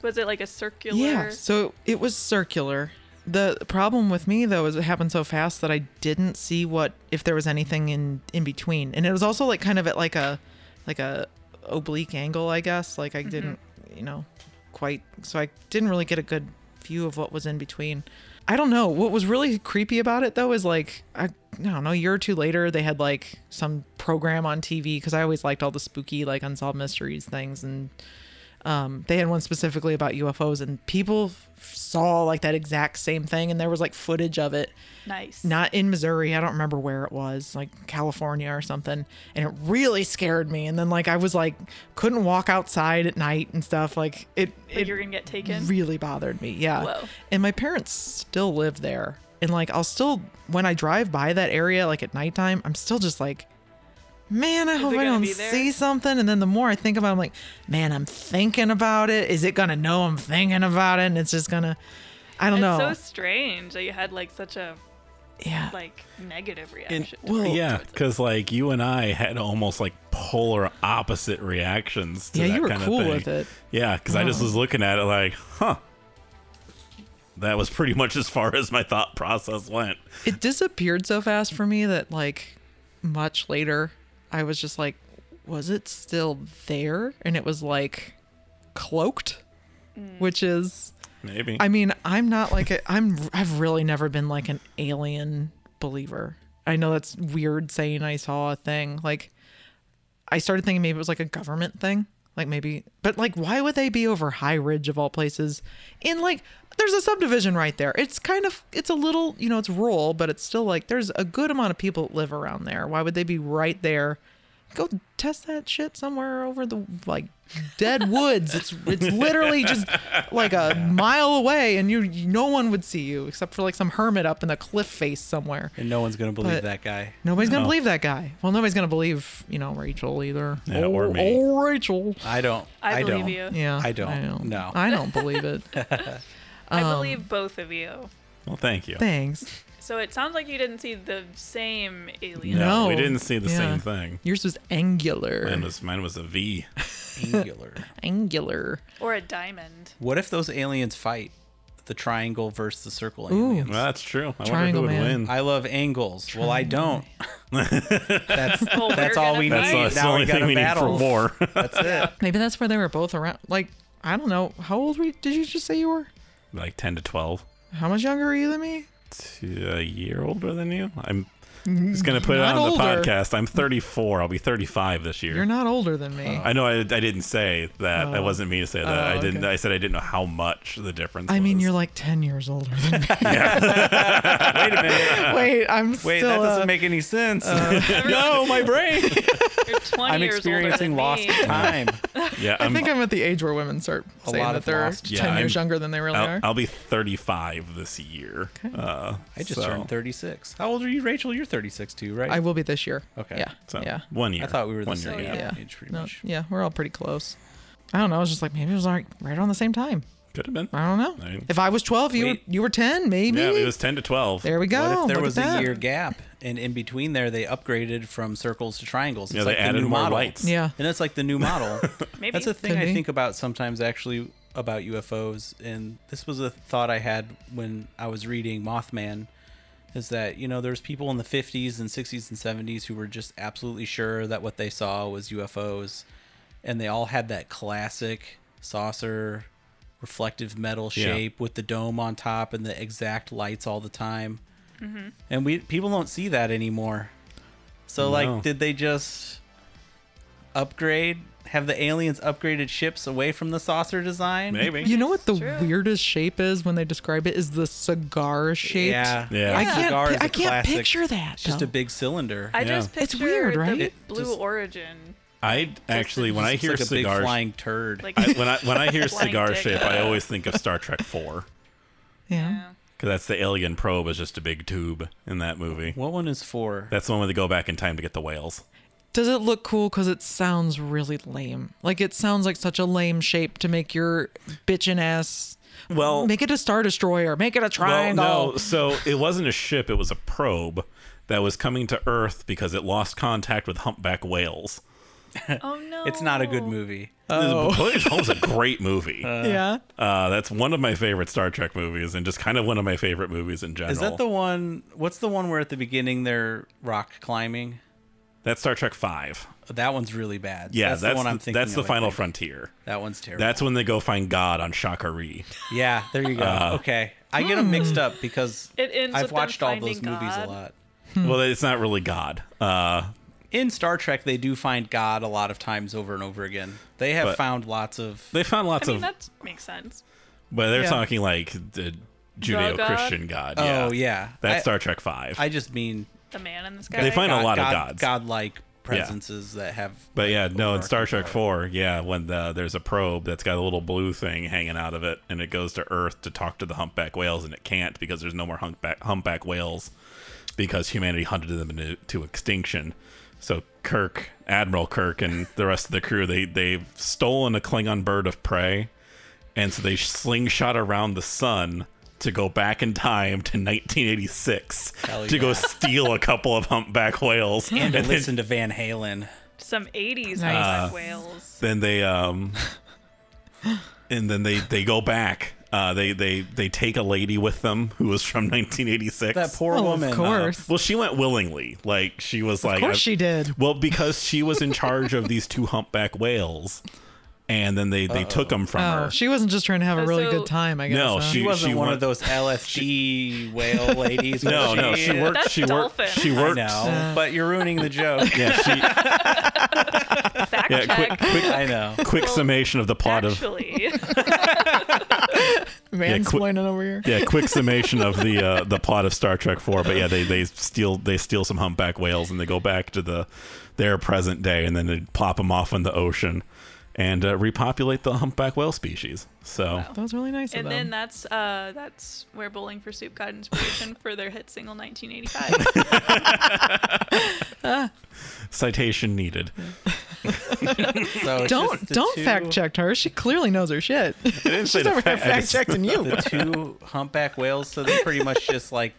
[SPEAKER 2] Was it like a circular?
[SPEAKER 3] Yeah, so it was circular. The problem with me though is it happened so fast that I didn't see what if there was anything in in between. And it was also like kind of at like a like a oblique angle, I guess. Like I didn't, you know, quite so I didn't really get a good view of what was in between. I don't know. What was really creepy about it though is like I, I don't know, a year or two later they had like some program on TV cuz I always liked all the spooky like unsolved mysteries things and um, they had one specifically about UFOs, and people f- saw like that exact same thing, and there was like footage of it,
[SPEAKER 2] nice.
[SPEAKER 3] not in Missouri, I don't remember where it was, like California or something, and it really scared me. And then like I was like couldn't walk outside at night and stuff, like it
[SPEAKER 2] Like
[SPEAKER 3] it
[SPEAKER 2] you're gonna get taken.
[SPEAKER 3] really bothered me. Yeah,
[SPEAKER 2] Whoa.
[SPEAKER 3] and my parents still live there, and like I'll still when I drive by that area like at nighttime, I'm still just like. Man, I hope
[SPEAKER 2] it
[SPEAKER 3] I
[SPEAKER 2] gonna
[SPEAKER 3] don't
[SPEAKER 2] be there?
[SPEAKER 3] see something. And then the more I think about it, I'm like, man, I'm thinking about it. Is it going to know I'm thinking about it? And it's just going to, I don't
[SPEAKER 2] it's
[SPEAKER 3] know.
[SPEAKER 2] so strange that you had like such a
[SPEAKER 3] yeah.
[SPEAKER 2] like negative reaction.
[SPEAKER 3] well,
[SPEAKER 1] Yeah, because like you and I had almost like polar opposite reactions. To
[SPEAKER 3] Yeah,
[SPEAKER 1] that
[SPEAKER 3] you were
[SPEAKER 1] kind
[SPEAKER 3] cool
[SPEAKER 1] of thing.
[SPEAKER 3] with it.
[SPEAKER 1] Yeah, because I just was looking at it like, huh. That was pretty much as far as my thought process went.
[SPEAKER 3] it disappeared so fast for me that like much later i was just like was it still there and it was like cloaked
[SPEAKER 2] Mm.
[SPEAKER 3] which is
[SPEAKER 1] Maybe.
[SPEAKER 3] i mean i'm not like a, i'm i've really never been like an alien believer i know that's weird saying i saw a thing like i started thinking maybe it was like a government thing like maybe but like why would they be over high ridge of all places in like there's a subdivision right there it's kind of it's a little you know it's rural but it's still like there's a good amount of people that live around there why would they be right there go test that shit somewhere over the like dead woods it's it's literally just like a mile away and you no one would see you except for like some hermit up in the cliff face somewhere
[SPEAKER 4] And no one's going to believe
[SPEAKER 3] But-
[SPEAKER 4] that guy.
[SPEAKER 3] Nobody's gonna
[SPEAKER 1] No.
[SPEAKER 3] believe that guy. Well, nobody's gonna believe you know Rachel either.
[SPEAKER 1] Yeah,
[SPEAKER 3] oh,
[SPEAKER 1] or me.
[SPEAKER 3] Oh, Rachel.
[SPEAKER 4] I don't.
[SPEAKER 2] I
[SPEAKER 4] I,
[SPEAKER 2] believe
[SPEAKER 4] don't.
[SPEAKER 2] you.
[SPEAKER 3] Yeah,
[SPEAKER 4] I don't. No.
[SPEAKER 3] I don't believe it.
[SPEAKER 2] I
[SPEAKER 3] Um,
[SPEAKER 2] believe both of you.
[SPEAKER 1] well, thank you.
[SPEAKER 3] Thanks.
[SPEAKER 2] So it sounds like you didn't see the same alien.
[SPEAKER 1] No,
[SPEAKER 3] No.
[SPEAKER 1] we didn't see the
[SPEAKER 3] Yeah.
[SPEAKER 1] same thing.
[SPEAKER 3] Yours was angular.
[SPEAKER 1] Mine was mine was a V.
[SPEAKER 4] Angular.
[SPEAKER 3] angular.
[SPEAKER 2] Or a diamond.
[SPEAKER 4] what if those aliens fight? The triangle versus the circle
[SPEAKER 3] Ooh.
[SPEAKER 4] aliens.
[SPEAKER 1] Well, that's true. I
[SPEAKER 3] Triangle
[SPEAKER 1] wonder who would
[SPEAKER 3] man.
[SPEAKER 1] win.
[SPEAKER 4] I love angles. Well, I don't. that's
[SPEAKER 2] Well,
[SPEAKER 4] that's
[SPEAKER 2] we're
[SPEAKER 4] all
[SPEAKER 2] gonna
[SPEAKER 1] that's
[SPEAKER 2] fight.
[SPEAKER 4] we need.
[SPEAKER 1] that's the
[SPEAKER 4] Now we
[SPEAKER 1] only
[SPEAKER 4] got
[SPEAKER 1] thing
[SPEAKER 4] a
[SPEAKER 1] we need for
[SPEAKER 4] battle.
[SPEAKER 1] war.
[SPEAKER 4] that's it.
[SPEAKER 3] Maybe that's where they were both around. Like I don't know. How old were you? did you just say you were?
[SPEAKER 1] like ten to twelve.
[SPEAKER 3] How much younger are you than me?
[SPEAKER 1] to a year older than you. I'm Just gonna put it
[SPEAKER 3] Mm-hmm. Not
[SPEAKER 1] on the
[SPEAKER 3] older.
[SPEAKER 1] podcast. I'm 34. I'll be 35 this year.
[SPEAKER 3] You're not older than me.
[SPEAKER 4] Uh,
[SPEAKER 1] I know I, I didn't say that. that wasn't me to say that.
[SPEAKER 3] Oh,
[SPEAKER 1] I didn't.
[SPEAKER 3] okay.
[SPEAKER 1] I said I didn't know how much the difference.
[SPEAKER 3] I mean,
[SPEAKER 1] was.
[SPEAKER 3] you're like 10 years older than me.
[SPEAKER 4] Wait a minute.
[SPEAKER 3] Wait, I'm
[SPEAKER 4] Wait,
[SPEAKER 3] still.
[SPEAKER 4] that
[SPEAKER 3] uh,
[SPEAKER 4] doesn't make any sense.
[SPEAKER 2] uh,
[SPEAKER 4] no, my brain.
[SPEAKER 2] You're 20
[SPEAKER 4] I'm
[SPEAKER 2] years
[SPEAKER 4] experiencing
[SPEAKER 2] older
[SPEAKER 4] lost
[SPEAKER 2] than me.
[SPEAKER 4] time.
[SPEAKER 1] yeah.
[SPEAKER 3] I
[SPEAKER 1] I'm,
[SPEAKER 3] think I'm at the age where women start
[SPEAKER 4] A
[SPEAKER 3] saying
[SPEAKER 4] lot
[SPEAKER 3] that
[SPEAKER 4] of
[SPEAKER 3] they're
[SPEAKER 4] lost-
[SPEAKER 3] 10
[SPEAKER 1] Yeah,
[SPEAKER 3] years
[SPEAKER 1] I'm-
[SPEAKER 3] younger than they really
[SPEAKER 1] I'll,
[SPEAKER 3] are.
[SPEAKER 1] I'll be 35 this year. Uh,
[SPEAKER 4] I just
[SPEAKER 1] so-
[SPEAKER 4] turned 36. How old are you, Rachel? You're 36 too, right?
[SPEAKER 3] I will be this year.
[SPEAKER 4] Okay.
[SPEAKER 3] Yeah.
[SPEAKER 1] so
[SPEAKER 3] yeah.
[SPEAKER 1] one year.
[SPEAKER 4] I thought we were the
[SPEAKER 1] one
[SPEAKER 4] same
[SPEAKER 2] Oh,
[SPEAKER 1] Year, yeah.
[SPEAKER 3] yeah.
[SPEAKER 4] age pretty
[SPEAKER 3] No,
[SPEAKER 4] much.
[SPEAKER 3] yeah, we're all pretty close. I don't know. I was just like, maybe it was like right on the same time.
[SPEAKER 1] Could have been.
[SPEAKER 3] I don't know.
[SPEAKER 1] I-
[SPEAKER 3] if I was 12, you
[SPEAKER 4] Wait.
[SPEAKER 3] were, you were 10, maybe.
[SPEAKER 1] Yeah, it was 10 to 12.
[SPEAKER 3] there we go.
[SPEAKER 4] What if there
[SPEAKER 3] Look at
[SPEAKER 4] was a
[SPEAKER 3] that.
[SPEAKER 4] year gap, and in between there they upgraded from circles to triangles?
[SPEAKER 1] Yeah,
[SPEAKER 4] It's
[SPEAKER 1] they
[SPEAKER 4] like the
[SPEAKER 1] added
[SPEAKER 4] new
[SPEAKER 1] more
[SPEAKER 4] model.
[SPEAKER 1] lights.
[SPEAKER 3] Yeah.
[SPEAKER 4] and it's like the new model.
[SPEAKER 2] Maybe.
[SPEAKER 4] that's a thing
[SPEAKER 3] Could
[SPEAKER 4] I
[SPEAKER 3] be.
[SPEAKER 4] think about sometimes actually about UFOs, and this was a thought I had when I was reading Mothman. Is that you know there's people in the 50s and 60s and 70s who were just absolutely sure that what they saw was UFOs, and they all had that classic saucer reflective metal
[SPEAKER 1] Yeah.
[SPEAKER 4] shape with the dome on top and the exact lights all the time. And we people don't see that anymore. So
[SPEAKER 1] No.
[SPEAKER 4] like did they just upgrade have the aliens upgraded ships away from the saucer design?
[SPEAKER 1] Maybe.
[SPEAKER 3] You know what the
[SPEAKER 2] True.
[SPEAKER 3] weirdest shape is when they describe it is the cigar shape.
[SPEAKER 4] Yeah.
[SPEAKER 1] Yeah.
[SPEAKER 3] I
[SPEAKER 1] Yeah.
[SPEAKER 3] can't.
[SPEAKER 4] Cigar
[SPEAKER 3] pi-
[SPEAKER 4] is a
[SPEAKER 3] I can't
[SPEAKER 4] classic-
[SPEAKER 3] picture that.
[SPEAKER 4] It's just
[SPEAKER 3] though.
[SPEAKER 4] a big cylinder.
[SPEAKER 2] I
[SPEAKER 1] Yeah.
[SPEAKER 2] just picture
[SPEAKER 3] It's weird, right?
[SPEAKER 2] The
[SPEAKER 3] It
[SPEAKER 2] Blue
[SPEAKER 4] just-
[SPEAKER 2] Origin.
[SPEAKER 1] I actually, when I hear
[SPEAKER 4] it's like a big
[SPEAKER 1] cigar,
[SPEAKER 4] flying turd.
[SPEAKER 2] Like,
[SPEAKER 1] I, when I when I hear
[SPEAKER 2] Flying
[SPEAKER 1] cigar
[SPEAKER 2] dick.
[SPEAKER 1] shape, I always think of Star Trek Four
[SPEAKER 3] Yeah.
[SPEAKER 2] yeah.
[SPEAKER 1] because that's the alien probe is just a big tube in that movie.
[SPEAKER 4] what one is for?
[SPEAKER 1] That's the one where they go back in time to get the whales.
[SPEAKER 3] Does it look cool? Because it sounds really lame. Like it sounds like such a lame shape to make your bitchin' ass.
[SPEAKER 1] Well,
[SPEAKER 3] Make it a star destroyer. Make it a
[SPEAKER 1] well,
[SPEAKER 3] triangle.
[SPEAKER 1] no. So it wasn't a ship; it was a probe that was coming to Earth because it lost contact with humpback whales.
[SPEAKER 2] Oh no.
[SPEAKER 4] It's not a good movie.
[SPEAKER 1] Oh. Voyage Home's a great movie. Uh,
[SPEAKER 3] Yeah.
[SPEAKER 1] that's one of my favorite Star Trek movies, and just kind of one of my favorite movies in general.
[SPEAKER 4] Is that the one what's the one where at the beginning they're rock climbing?
[SPEAKER 1] That's Star Trek Five.
[SPEAKER 4] That one's really bad.
[SPEAKER 1] Yeah,
[SPEAKER 4] that's, the one I'm thinking
[SPEAKER 1] That's the
[SPEAKER 4] of, I
[SPEAKER 1] final
[SPEAKER 4] think.
[SPEAKER 1] frontier.
[SPEAKER 4] That one's terrible.
[SPEAKER 1] That's when they go find God on Shakari.
[SPEAKER 4] Yeah, there you go.
[SPEAKER 1] Uh,
[SPEAKER 4] okay, I get them mixed up because
[SPEAKER 2] hmm. It ends with
[SPEAKER 4] I've
[SPEAKER 2] them
[SPEAKER 4] watched all
[SPEAKER 2] finding
[SPEAKER 4] those movies a
[SPEAKER 2] God.
[SPEAKER 4] lot. Hmm.
[SPEAKER 1] well, it's not really God. Uh,
[SPEAKER 4] In Star Trek, they do find God a lot of times over and over again. They have
[SPEAKER 1] But-
[SPEAKER 4] found lots of
[SPEAKER 1] they found
[SPEAKER 2] I
[SPEAKER 1] lots
[SPEAKER 2] mean,
[SPEAKER 1] of,
[SPEAKER 2] that makes sense.
[SPEAKER 1] but they're
[SPEAKER 3] yeah.
[SPEAKER 1] talking like the Judeo-Christian God. yeah.
[SPEAKER 4] Oh, yeah.
[SPEAKER 1] that's
[SPEAKER 4] I-
[SPEAKER 1] Star Trek Five.
[SPEAKER 4] I just mean
[SPEAKER 2] The man in the sky.
[SPEAKER 1] They find a
[SPEAKER 4] God-
[SPEAKER 1] lot of
[SPEAKER 4] God-
[SPEAKER 1] gods.
[SPEAKER 4] godlike presences that have.
[SPEAKER 1] but yeah, no, in
[SPEAKER 4] overarching
[SPEAKER 1] Star Trek
[SPEAKER 4] power.
[SPEAKER 1] Four, yeah, when the, there's a probe that's got a little blue thing hanging out of it, and it goes to Earth to talk to the humpback whales, and it can't because there's no more humpback humpback whales because humanity hunted them into to extinction. So Kirk, Admiral Kirk, and the rest of the crew, they they've stolen a Klingon bird of prey, and so they slingshot around the sun to go back in time to 1986
[SPEAKER 4] Hell
[SPEAKER 1] to go
[SPEAKER 4] yeah.
[SPEAKER 1] steal a couple of humpback whales
[SPEAKER 4] and to
[SPEAKER 1] then-
[SPEAKER 4] listen to Van Halen.
[SPEAKER 2] Some 80s
[SPEAKER 3] Nice.
[SPEAKER 4] Uh,
[SPEAKER 2] nice. whales.
[SPEAKER 1] then they um and then they they go back uh they they they take a lady with them who was from 1986
[SPEAKER 4] That poor
[SPEAKER 2] Oh,
[SPEAKER 3] Well,
[SPEAKER 4] woman. uh,
[SPEAKER 3] of course.
[SPEAKER 1] well she went willingly like she was like
[SPEAKER 3] of course she did.
[SPEAKER 1] well because she was in charge of these two humpback whales and then they they took them from
[SPEAKER 3] Oh,
[SPEAKER 1] her
[SPEAKER 3] she wasn't just trying to have a
[SPEAKER 2] Uh,
[SPEAKER 3] really
[SPEAKER 2] so-
[SPEAKER 3] good time. I guess.
[SPEAKER 1] No,
[SPEAKER 3] huh?
[SPEAKER 4] She wasn't
[SPEAKER 1] she
[SPEAKER 4] one
[SPEAKER 1] went-
[SPEAKER 4] of those LSD whale ladies.
[SPEAKER 1] no
[SPEAKER 4] was
[SPEAKER 1] no she worked
[SPEAKER 2] That's
[SPEAKER 1] she worked
[SPEAKER 2] dolphin.
[SPEAKER 1] she
[SPEAKER 4] I
[SPEAKER 1] worked
[SPEAKER 4] know, but you're ruining the joke.
[SPEAKER 1] yeah she
[SPEAKER 2] Fact
[SPEAKER 1] yeah
[SPEAKER 2] check.
[SPEAKER 1] quick quick
[SPEAKER 4] I know.
[SPEAKER 1] quick summation of the plot of
[SPEAKER 2] Actually,
[SPEAKER 3] mansplaining over here.
[SPEAKER 1] yeah, quick summation of the uh, the plot of Star Trek Four. But yeah, they they steal they steal some humpback whales and they go back to the their present day and then they plop them off in the ocean and uh, repopulate the humpback whale species. So
[SPEAKER 3] That was really nice
[SPEAKER 2] and
[SPEAKER 3] of
[SPEAKER 2] then
[SPEAKER 3] them.
[SPEAKER 2] that's uh, that's where Bowling for Soup got inspiration for their hit single 1985.
[SPEAKER 1] citation needed.
[SPEAKER 4] So it's
[SPEAKER 3] Don't
[SPEAKER 4] just the
[SPEAKER 3] don't
[SPEAKER 4] two-
[SPEAKER 3] fact check her. She clearly knows her shit.
[SPEAKER 1] I didn't say
[SPEAKER 3] She's
[SPEAKER 1] the
[SPEAKER 3] over here
[SPEAKER 1] fact- I
[SPEAKER 3] fact
[SPEAKER 1] just-
[SPEAKER 3] checking you.
[SPEAKER 4] the two humpback whales, so they pretty much just like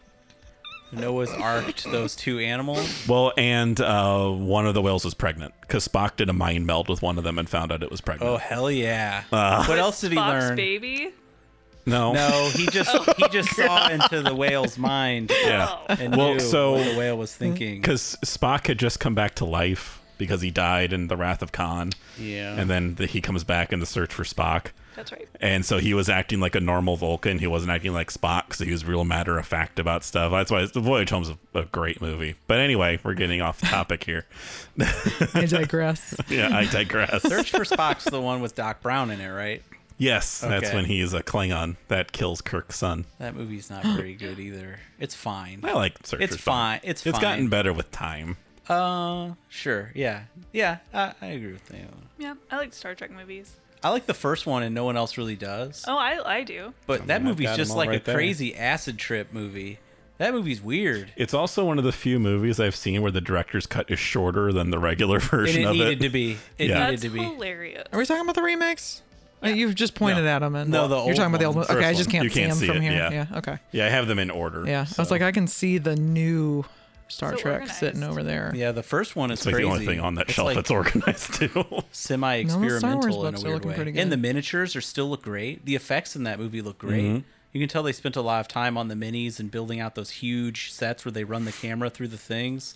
[SPEAKER 4] Noah's arked those two animals.
[SPEAKER 1] Well, and uh, one of the whales was pregnant because Spock did a mind meld with one of them and found out it was pregnant.
[SPEAKER 4] Oh hell yeah!
[SPEAKER 1] Uh-huh.
[SPEAKER 4] what else did he
[SPEAKER 2] Fox
[SPEAKER 4] learn?
[SPEAKER 2] Baby.
[SPEAKER 1] no,
[SPEAKER 4] No, he just he just saw into the whale's mind
[SPEAKER 1] yeah.
[SPEAKER 2] Oh.
[SPEAKER 4] and
[SPEAKER 1] Well,
[SPEAKER 4] knew
[SPEAKER 1] so-
[SPEAKER 4] what the whale was thinking.
[SPEAKER 1] because Spock had just come back to life because he died in the Wrath of Khan.
[SPEAKER 4] Yeah.
[SPEAKER 1] and then the, he comes back in the search for Spock,
[SPEAKER 2] That's right.
[SPEAKER 1] And so he was acting like a normal Vulcan. He wasn't acting like Spock, so he was real matter of fact about stuff. That's why The Voyage Home's a, a great movie. But anyway, we're getting off topic here.
[SPEAKER 3] I digress.
[SPEAKER 1] Yeah, I digress.
[SPEAKER 4] Search for Spock's the one with Doc Brown in it, right?
[SPEAKER 1] yes, that's
[SPEAKER 4] Okay.
[SPEAKER 1] when he is a Klingon that kills Kirk's son.
[SPEAKER 4] That movie's not very good either. It's fine.
[SPEAKER 1] I like Search
[SPEAKER 4] It's
[SPEAKER 1] for Spock.
[SPEAKER 4] fine. It's
[SPEAKER 1] it's gotten
[SPEAKER 4] fine.
[SPEAKER 1] better with time.
[SPEAKER 4] Uh, sure. Yeah, yeah. I, I agree with you.
[SPEAKER 2] Yeah, I like Star Trek movies.
[SPEAKER 4] I like the first one, and no one else really does.
[SPEAKER 2] Oh, I I do.
[SPEAKER 4] But that
[SPEAKER 1] mean, I've
[SPEAKER 4] movie's
[SPEAKER 1] got 'em
[SPEAKER 4] just
[SPEAKER 1] all
[SPEAKER 4] like
[SPEAKER 1] right
[SPEAKER 4] a
[SPEAKER 1] there.
[SPEAKER 4] crazy acid trip movie. That movie's weird.
[SPEAKER 1] It's also one of the few movies I've seen where the director's cut is shorter than the regular
[SPEAKER 4] And
[SPEAKER 1] version
[SPEAKER 4] it
[SPEAKER 1] of
[SPEAKER 4] needed
[SPEAKER 1] it.
[SPEAKER 4] to be. It
[SPEAKER 1] Yeah.
[SPEAKER 2] That's
[SPEAKER 4] needed to be.
[SPEAKER 2] hilarious.
[SPEAKER 3] Are we talking about the remix? Uh, You've just pointed
[SPEAKER 1] No.
[SPEAKER 3] at them, and
[SPEAKER 4] No, the
[SPEAKER 3] you're
[SPEAKER 4] old
[SPEAKER 3] talking about the old
[SPEAKER 4] one,
[SPEAKER 3] one.
[SPEAKER 1] first
[SPEAKER 3] Okay, I just
[SPEAKER 1] one.
[SPEAKER 3] can't
[SPEAKER 1] You
[SPEAKER 3] see
[SPEAKER 1] can't
[SPEAKER 3] them
[SPEAKER 1] see
[SPEAKER 3] from
[SPEAKER 1] it,
[SPEAKER 3] here.
[SPEAKER 1] yeah.
[SPEAKER 3] okay.
[SPEAKER 1] yeah, I have them in order.
[SPEAKER 3] Yeah, I
[SPEAKER 1] so
[SPEAKER 3] was like, I can see the new Star
[SPEAKER 2] So
[SPEAKER 3] Trek sitting
[SPEAKER 2] organized.
[SPEAKER 3] over there.
[SPEAKER 4] Yeah, the first one is
[SPEAKER 1] it's like
[SPEAKER 4] crazy.
[SPEAKER 1] the only thing on that
[SPEAKER 4] It's
[SPEAKER 1] shelf
[SPEAKER 4] like
[SPEAKER 1] that's organized too.
[SPEAKER 3] No, the Star
[SPEAKER 4] semi-experimental
[SPEAKER 3] Wars
[SPEAKER 4] in a
[SPEAKER 3] books are
[SPEAKER 4] weird
[SPEAKER 3] looking
[SPEAKER 4] way.
[SPEAKER 3] pretty good.
[SPEAKER 4] And the miniatures are still look great. The effects in that movie look great.
[SPEAKER 1] Mm-hmm.
[SPEAKER 4] You can tell they spent a lot of time on the minis and building out those huge sets where they run the camera through the things.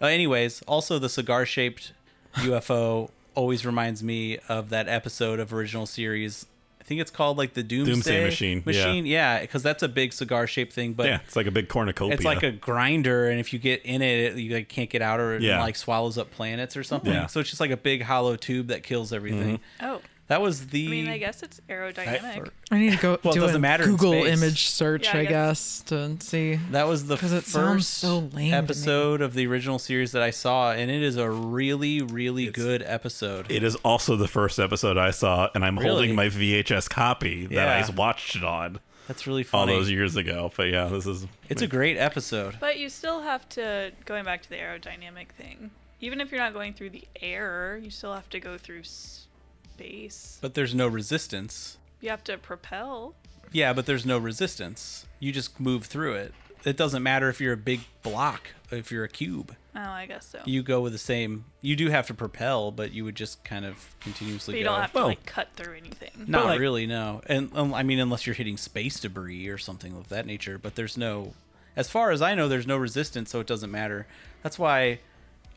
[SPEAKER 4] Uh, anyways, also the cigar-shaped UFO always reminds me of that episode of original series. I think it's called like the Doomsday,
[SPEAKER 1] Machine, yeah.
[SPEAKER 4] Machine, yeah, because that's a big cigar-shaped thing, but
[SPEAKER 1] yeah, it's like a big cornucopia.
[SPEAKER 4] it's like a grinder, and if you get in it, it you like, can't get out, or it
[SPEAKER 1] Yeah.
[SPEAKER 4] like swallows up planets or something.
[SPEAKER 1] Yeah. Mm-hmm.
[SPEAKER 4] So it's just like a big hollow tube that kills everything.
[SPEAKER 2] Oh,
[SPEAKER 4] That was the.
[SPEAKER 2] I mean, I guess it's aerodynamic.
[SPEAKER 3] I need to go
[SPEAKER 4] Well, it
[SPEAKER 3] do
[SPEAKER 4] doesn't
[SPEAKER 3] a
[SPEAKER 4] matter in
[SPEAKER 3] Google
[SPEAKER 4] space.
[SPEAKER 3] image search,
[SPEAKER 2] Yeah, I
[SPEAKER 3] I,
[SPEAKER 2] guess.
[SPEAKER 3] guess. to see.
[SPEAKER 4] That was the
[SPEAKER 3] 'Cause it
[SPEAKER 4] first
[SPEAKER 3] sounds so lame to me.
[SPEAKER 4] episode of the original series that I saw, and it is a really, really good episode.
[SPEAKER 1] It is also the first episode I saw, and I'm
[SPEAKER 4] Really?
[SPEAKER 1] holding my VHS copy that
[SPEAKER 4] Yeah.
[SPEAKER 1] I watched it on
[SPEAKER 4] That's really
[SPEAKER 1] all
[SPEAKER 4] funny.
[SPEAKER 1] those years ago. But yeah, this is
[SPEAKER 4] it's a great episode.
[SPEAKER 2] But you still have to going back to the aerodynamic thing. Even if you're not going through the air, you still have to go through space.
[SPEAKER 4] But there's no resistance.
[SPEAKER 2] You have to propel.
[SPEAKER 4] Yeah, but there's no resistance. You just move through it. It doesn't matter if you're a big block, if you're a cube.
[SPEAKER 2] Oh, I guess so.
[SPEAKER 4] you go with the same you do have to propel but you would just kind of continuously
[SPEAKER 2] but you
[SPEAKER 4] go
[SPEAKER 2] don't have to
[SPEAKER 1] Well-
[SPEAKER 2] like cut through anything.
[SPEAKER 4] not
[SPEAKER 1] But, like-
[SPEAKER 4] really no and um, i mean unless you're hitting space debris or something of that nature but there's no as far as i know there's no resistance so it doesn't matter that's why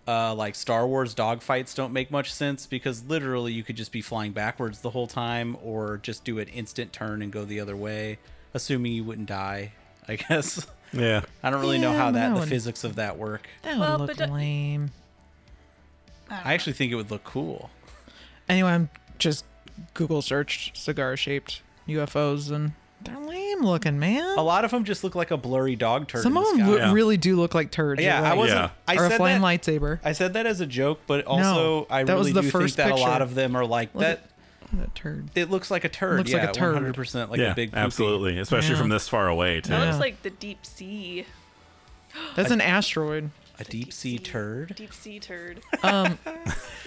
[SPEAKER 4] uh, like star wars dogfights don't make much sense because literally you could just be flying backwards the whole time or just do an instant turn and go the other way assuming you wouldn't die i guess
[SPEAKER 1] yeah.
[SPEAKER 4] i don't really know
[SPEAKER 3] Yeah,
[SPEAKER 4] how
[SPEAKER 3] but
[SPEAKER 4] that
[SPEAKER 3] that
[SPEAKER 4] the
[SPEAKER 3] one-
[SPEAKER 4] physics of that work
[SPEAKER 3] That
[SPEAKER 2] Well,
[SPEAKER 3] would
[SPEAKER 2] but
[SPEAKER 3] look
[SPEAKER 2] don't-
[SPEAKER 3] lame.
[SPEAKER 4] i actually think it would look cool
[SPEAKER 3] Anyway, I'm just Google searched cigar shaped UFOs, and they're lame looking, man.
[SPEAKER 4] A lot of them just look like a blurry dog turd.
[SPEAKER 3] Some
[SPEAKER 4] in
[SPEAKER 3] of
[SPEAKER 4] the
[SPEAKER 3] them
[SPEAKER 4] sky.
[SPEAKER 3] lo-
[SPEAKER 1] Yeah.
[SPEAKER 3] really do look like turds.
[SPEAKER 4] Yeah,
[SPEAKER 3] you're
[SPEAKER 4] I
[SPEAKER 3] right.
[SPEAKER 4] wasn't.
[SPEAKER 1] Yeah.
[SPEAKER 4] I
[SPEAKER 3] or
[SPEAKER 4] said
[SPEAKER 3] a flame
[SPEAKER 4] that.
[SPEAKER 3] lightsaber.
[SPEAKER 4] I said that as a joke, but also I
[SPEAKER 3] that was
[SPEAKER 4] really
[SPEAKER 3] the
[SPEAKER 4] do
[SPEAKER 3] first
[SPEAKER 4] think that a lot
[SPEAKER 3] picture.
[SPEAKER 4] of them are like
[SPEAKER 3] Look
[SPEAKER 4] that.
[SPEAKER 3] at- that turd.
[SPEAKER 4] It looks like a turd.
[SPEAKER 3] Looks
[SPEAKER 4] yeah,
[SPEAKER 3] like a turd.
[SPEAKER 4] 100% like
[SPEAKER 1] yeah,
[SPEAKER 4] a big poopy.
[SPEAKER 1] absolutely, especially
[SPEAKER 3] Yeah.
[SPEAKER 1] from this far away too.
[SPEAKER 2] That looks
[SPEAKER 3] Yeah.
[SPEAKER 2] like the deep sea.
[SPEAKER 3] That's an asteroid.
[SPEAKER 4] A deep sea turd.
[SPEAKER 2] Deep sea turd.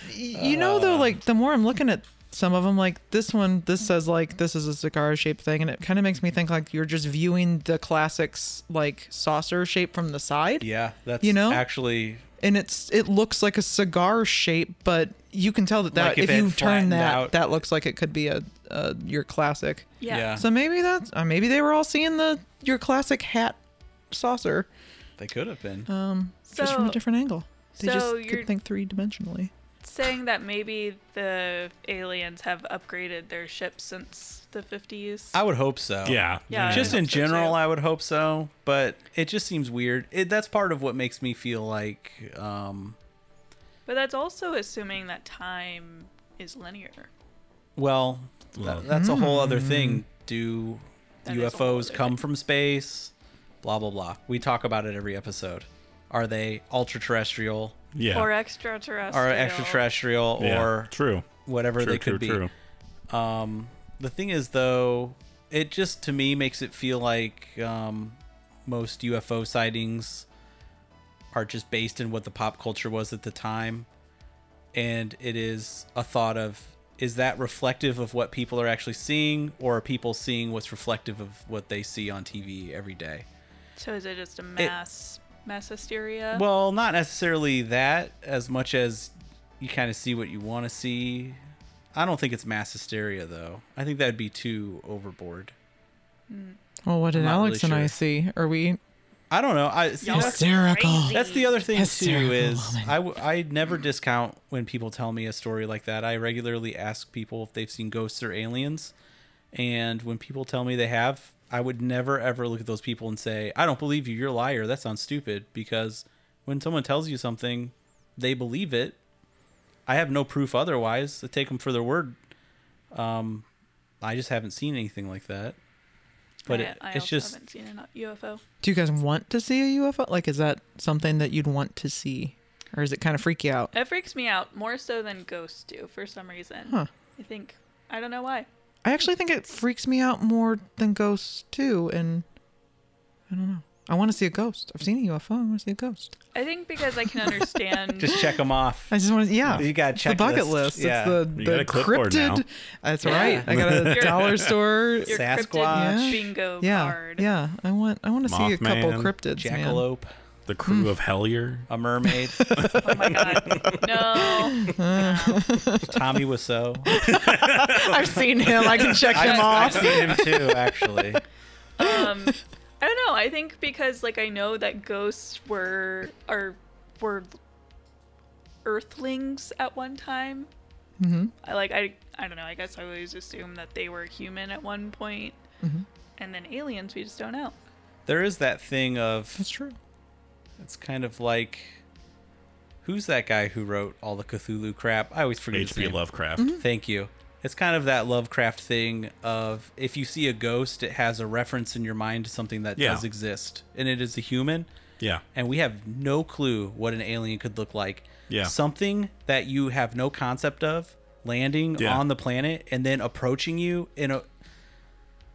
[SPEAKER 3] Y- you know
[SPEAKER 4] Uh.
[SPEAKER 3] though like the more i'm looking at some of them like this one this says like this is a cigar shaped thing and it kind of makes me think like you're just viewing the classics like saucer shape from the side
[SPEAKER 4] Yeah, that's
[SPEAKER 3] You know?
[SPEAKER 4] actually
[SPEAKER 3] and it's it looks like a cigar shape but you can tell that, that
[SPEAKER 4] Like, if
[SPEAKER 3] if,
[SPEAKER 4] it
[SPEAKER 3] you turn
[SPEAKER 4] flattened
[SPEAKER 3] that
[SPEAKER 4] out-
[SPEAKER 3] that looks like it could be a, a your classic
[SPEAKER 2] Yeah.
[SPEAKER 4] Yeah.
[SPEAKER 3] so maybe that's uh, maybe they were all seeing the your classic hat saucer
[SPEAKER 4] they could have been.
[SPEAKER 3] Uh, just from
[SPEAKER 2] So
[SPEAKER 3] a different angle they
[SPEAKER 2] so
[SPEAKER 3] just
[SPEAKER 2] you're-
[SPEAKER 3] could think three dimensionally
[SPEAKER 2] saying that maybe the aliens have upgraded their ship since the 50s.
[SPEAKER 4] I would hope so.
[SPEAKER 1] Yeah,
[SPEAKER 2] Yeah. I
[SPEAKER 4] Just
[SPEAKER 2] would
[SPEAKER 4] in
[SPEAKER 2] hope so,
[SPEAKER 4] general,
[SPEAKER 2] too.
[SPEAKER 4] I would hope so, but it just seems weird. It, that's part of what makes me feel like um,
[SPEAKER 2] but that's also assuming that time is linear.
[SPEAKER 4] Well,
[SPEAKER 1] Well- mm-hmm.
[SPEAKER 4] th- that's a whole other thing. Do
[SPEAKER 2] That is a whole
[SPEAKER 4] UFOs
[SPEAKER 2] other
[SPEAKER 4] come from space? Blah blah blah. We talk about it every episode. Are they ultra-terrestrial,
[SPEAKER 1] yeah,
[SPEAKER 2] Or extraterrestrial.
[SPEAKER 4] or extraterrestrial,
[SPEAKER 1] yeah.
[SPEAKER 4] or
[SPEAKER 1] true,
[SPEAKER 4] whatever
[SPEAKER 1] true,
[SPEAKER 4] they
[SPEAKER 1] true,
[SPEAKER 4] could be?
[SPEAKER 1] true.
[SPEAKER 4] Um, the thing is, though, it just to me makes it feel like um, most UFO sightings are just based in what the pop culture was at the time, and it is a thought of is that reflective of what people are actually seeing, or are people seeing what's reflective of what they see on TV every day?
[SPEAKER 2] So is it just a mass mass hysteria?
[SPEAKER 4] Well, not necessarily that as much as you kind of see what you want to see. I don't think it's mass hysteria though. I think that'd be too overboard.
[SPEAKER 3] Well, Oh, what did
[SPEAKER 4] not really
[SPEAKER 3] Alex and I
[SPEAKER 4] sure.
[SPEAKER 3] see? Are we?
[SPEAKER 4] I don't know. I see,
[SPEAKER 2] Y'all are
[SPEAKER 4] that's,
[SPEAKER 3] Hysterical.
[SPEAKER 2] crazy.
[SPEAKER 4] that's the other thing too
[SPEAKER 3] Hysterical
[SPEAKER 4] is
[SPEAKER 3] woman.
[SPEAKER 4] I, w- I never discount when people tell me a story like that. I regularly ask people if they've seen ghosts or aliens, and when people tell me they have, I would never ever look at those people and say I don't believe you. You're a liar. That sounds stupid because when someone tells you something, they believe it. I have no proof otherwise. I take them for their word. Um, I just haven't seen anything like that. But
[SPEAKER 2] I,
[SPEAKER 4] it,
[SPEAKER 2] I
[SPEAKER 4] it's
[SPEAKER 2] also
[SPEAKER 4] just
[SPEAKER 2] haven't seen a UFO.
[SPEAKER 3] Do you guys want to see a UFO? Like, is that something that you'd want to see, or is it kind of freak you out?
[SPEAKER 2] It freaks me out more so than ghosts do for some reason.
[SPEAKER 3] Huh.
[SPEAKER 2] I think I don't know why.
[SPEAKER 3] I actually think it freaks me out more than ghosts too, and I don't know. I want to see a ghost. I've seen a UFO. I want to see a ghost.
[SPEAKER 2] I think because I can understand.
[SPEAKER 4] just check them off.
[SPEAKER 3] I just want to, yeah.
[SPEAKER 4] You got a
[SPEAKER 3] It's the bucket
[SPEAKER 4] checklist.
[SPEAKER 3] list.
[SPEAKER 4] Yeah.
[SPEAKER 3] It's the,
[SPEAKER 1] You got
[SPEAKER 3] the
[SPEAKER 1] a clipboard
[SPEAKER 3] cryptid.
[SPEAKER 1] now.
[SPEAKER 3] That's
[SPEAKER 2] Yeah.
[SPEAKER 3] right. I got a
[SPEAKER 2] Your-
[SPEAKER 3] dollar store.
[SPEAKER 2] your cryptid
[SPEAKER 4] Sasquatch.
[SPEAKER 3] Yeah.
[SPEAKER 2] bingo
[SPEAKER 3] yeah,
[SPEAKER 2] card.
[SPEAKER 3] yeah. I want. I want to see a couple
[SPEAKER 1] Mothman.
[SPEAKER 3] cryptids. man.
[SPEAKER 4] jackalope,
[SPEAKER 1] The
[SPEAKER 4] Hmm.
[SPEAKER 1] crew of Hellier.
[SPEAKER 4] a mermaid,
[SPEAKER 2] Oh my god. No.
[SPEAKER 4] Tommy Wiseau.
[SPEAKER 3] I've seen him. I can check him
[SPEAKER 4] I've
[SPEAKER 3] off.
[SPEAKER 4] seen him too, actually.
[SPEAKER 2] Um, I don't know. I think because like I know that ghosts were are were earthlings at one time. Mm-hmm. I like I I don't know. I guess I always assumed that they were human at one point, and then aliens. We just don't know.
[SPEAKER 4] There is that thing of
[SPEAKER 3] That's true.
[SPEAKER 4] it's kind of like who's that guy who wrote all the Cthulhu crap? I always forget his
[SPEAKER 1] H.P.
[SPEAKER 4] name. Hmm.
[SPEAKER 1] Lovecraft.
[SPEAKER 4] Thank you. It's kind of that Lovecraft thing of if you see a ghost, it has a reference in your mind to something that
[SPEAKER 1] Yeah.
[SPEAKER 4] does exist, and it is a human.
[SPEAKER 1] Yeah.
[SPEAKER 4] and we have no clue what an alien could look like.
[SPEAKER 1] Yeah.
[SPEAKER 4] Something that you have no concept of landing
[SPEAKER 1] Yeah.
[SPEAKER 4] on the planet and then approaching you in a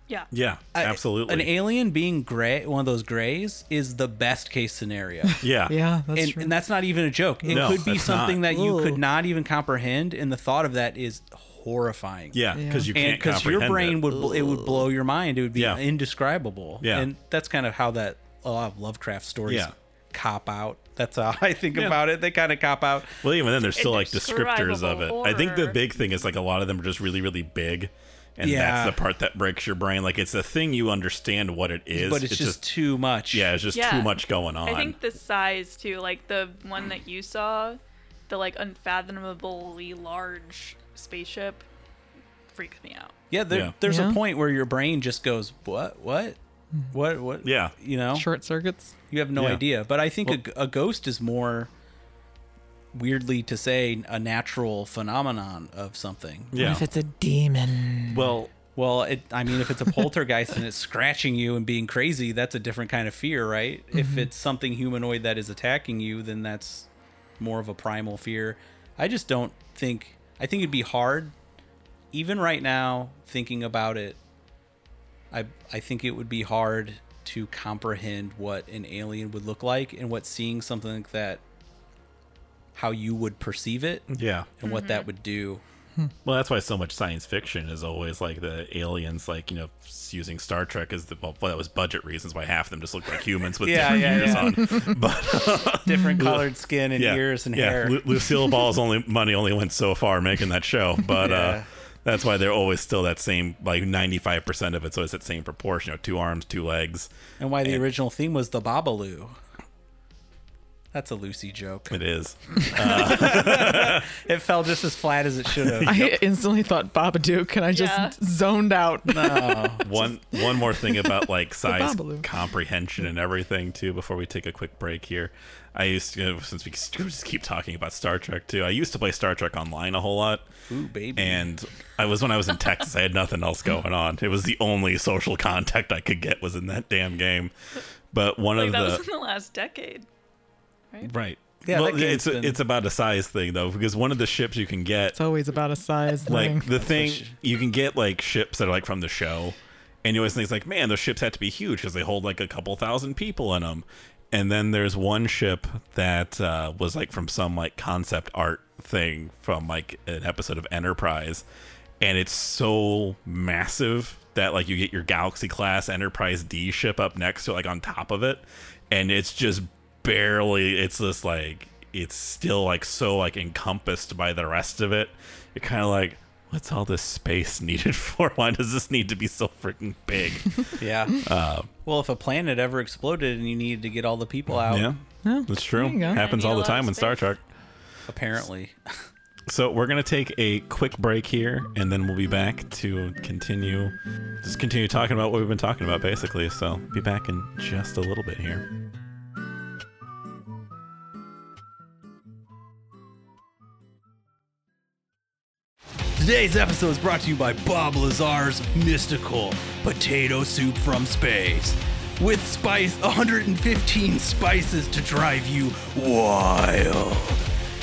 [SPEAKER 2] Yeah.
[SPEAKER 1] Yeah.
[SPEAKER 4] I-
[SPEAKER 1] absolutely.
[SPEAKER 4] An alien being gray, one of those grays is the best case scenario.
[SPEAKER 1] yeah.
[SPEAKER 3] Yeah, that's
[SPEAKER 4] and,
[SPEAKER 3] true.
[SPEAKER 4] and that's not even a joke. It
[SPEAKER 1] No,
[SPEAKER 4] could be
[SPEAKER 1] that's
[SPEAKER 4] something
[SPEAKER 1] not.
[SPEAKER 4] that you
[SPEAKER 3] Ooh.
[SPEAKER 4] could not even comprehend and the thought of that is horrifying.
[SPEAKER 1] Yeah. Because
[SPEAKER 3] Yeah.
[SPEAKER 1] you
[SPEAKER 4] And
[SPEAKER 1] can't
[SPEAKER 4] cuz your
[SPEAKER 1] comprehend
[SPEAKER 4] brain
[SPEAKER 1] it.
[SPEAKER 4] would bl- it would blow your mind. It would be
[SPEAKER 1] Yeah.
[SPEAKER 4] indescribable.
[SPEAKER 1] Yeah.
[SPEAKER 4] And that's kind of how that a lot of Lovecraft stories
[SPEAKER 1] Yeah.
[SPEAKER 4] cop out. That's how I think
[SPEAKER 1] Yeah.
[SPEAKER 4] about it. They kind of cop out.
[SPEAKER 1] Well, even then, there's still like descriptors of it.
[SPEAKER 2] Indescribable
[SPEAKER 1] I think the
[SPEAKER 2] horror.
[SPEAKER 1] big thing is like a lot of them are just really, really big, and
[SPEAKER 4] Yeah.
[SPEAKER 1] that's the part that breaks your brain. Like it's a thing you understand what it is,
[SPEAKER 4] but it's, just, too much.
[SPEAKER 1] yeah, it's just
[SPEAKER 2] Yeah.
[SPEAKER 1] too much going on.
[SPEAKER 2] I think the size too, like the one that you saw, the like unfathomably large spaceship, freaks me out.
[SPEAKER 4] yeah. There,
[SPEAKER 1] Yeah.
[SPEAKER 4] There's
[SPEAKER 3] Yeah.
[SPEAKER 4] a point where your brain just goes, "What? What? What? What?"
[SPEAKER 1] Yeah.
[SPEAKER 4] you know,
[SPEAKER 3] Short circuits.
[SPEAKER 4] you have no
[SPEAKER 1] Yeah.
[SPEAKER 4] idea. But I think a g a a, ghost is more weirdly to say a natural phenomenon of something.
[SPEAKER 1] yeah.
[SPEAKER 3] If it's a demon.
[SPEAKER 1] well,
[SPEAKER 4] Well, it, I mean, if it's a poltergeist and it's scratching you and being crazy, that's a different kind of fear, right?
[SPEAKER 1] Mm-hmm.
[SPEAKER 4] If it's something humanoid that is attacking you, then that's more of a primal fear. I just don't think. I think it'd be hard, even right now, thinking about it. I I think it would be hard to comprehend what an alien would look like and what seeing something like that, how you would perceive it, and
[SPEAKER 1] yeah.
[SPEAKER 4] what
[SPEAKER 1] Mm-hmm.
[SPEAKER 4] that would do.
[SPEAKER 1] Well, that's why so much science fiction is always like the aliens, like you know, s- using Star Trek as the well, that was budget reasons why half of them just look like humans with
[SPEAKER 4] Yeah,
[SPEAKER 1] different
[SPEAKER 4] yeah,
[SPEAKER 1] ears
[SPEAKER 4] yeah.
[SPEAKER 1] on.
[SPEAKER 4] Different colored skin and
[SPEAKER 1] Mm-hmm. yeah.
[SPEAKER 4] ears and
[SPEAKER 1] yeah.
[SPEAKER 4] hair.
[SPEAKER 1] Lu- Lucille Ball's only money only went so far making that show, but uh,
[SPEAKER 4] Yeah.
[SPEAKER 1] that's why they're always still that same like ninety five percent of it's always that same proportion. You know, two arms, two legs.
[SPEAKER 4] And why the original theme was the Babalu. That's a Lucy joke.
[SPEAKER 1] It is.
[SPEAKER 4] It fell just as flat as it should have.
[SPEAKER 3] I instantly thought Babadook, and I just
[SPEAKER 2] Yeah.
[SPEAKER 3] zoned out.
[SPEAKER 1] one one more thing about like size
[SPEAKER 3] Babalu.
[SPEAKER 1] comprehension and everything too before we take a quick break here i used to since we just keep talking about star trek too i used to play star trek online a whole lot
[SPEAKER 4] Ooh, baby.
[SPEAKER 1] and i was when i was in texas i had nothing else going on it was the only social contact i could get was in that damn game but one
[SPEAKER 2] Like
[SPEAKER 1] of
[SPEAKER 2] that
[SPEAKER 1] the
[SPEAKER 2] was in the last decade.
[SPEAKER 1] right
[SPEAKER 4] Yeah,
[SPEAKER 1] well
[SPEAKER 4] that
[SPEAKER 1] it's
[SPEAKER 4] game's been-
[SPEAKER 1] it's about a size thing though because one of the ships you can get
[SPEAKER 3] It's always about a size thing.
[SPEAKER 1] like the thing
[SPEAKER 4] sh-
[SPEAKER 1] you can get like ships that are like from the show and you always think it's like man those ships had to be huge because they hold like a couple thousand people in them and then there's one ship that uh, was like from some like concept art thing from like an episode of enterprise and it's so massive that like you get your galaxy class enterprise d ship up next to like on top of it and it's just barely it's just like it's still like so like encompassed by the rest of it you're kind of like what's all this space needed for? Why does this need to be so freaking big?
[SPEAKER 4] Yeah. well, if a planet ever exploded and you needed to get all the people
[SPEAKER 2] Oh.
[SPEAKER 4] out,
[SPEAKER 1] yeah, that's true.
[SPEAKER 3] there you go.
[SPEAKER 1] Happens
[SPEAKER 2] I need
[SPEAKER 1] all
[SPEAKER 2] a
[SPEAKER 1] the
[SPEAKER 2] lot of
[SPEAKER 1] time in Star
[SPEAKER 2] space.
[SPEAKER 1] Trek.
[SPEAKER 4] apparently.
[SPEAKER 1] So we're gonna take a quick break here, and then we'll be back to continue, just continue talking about what we've been talking about, basically. So be back in just a little bit here.
[SPEAKER 4] Today's episode is brought to you by Bob Lazar's mystical potato soup from space. With spice 115 spices to drive you wild.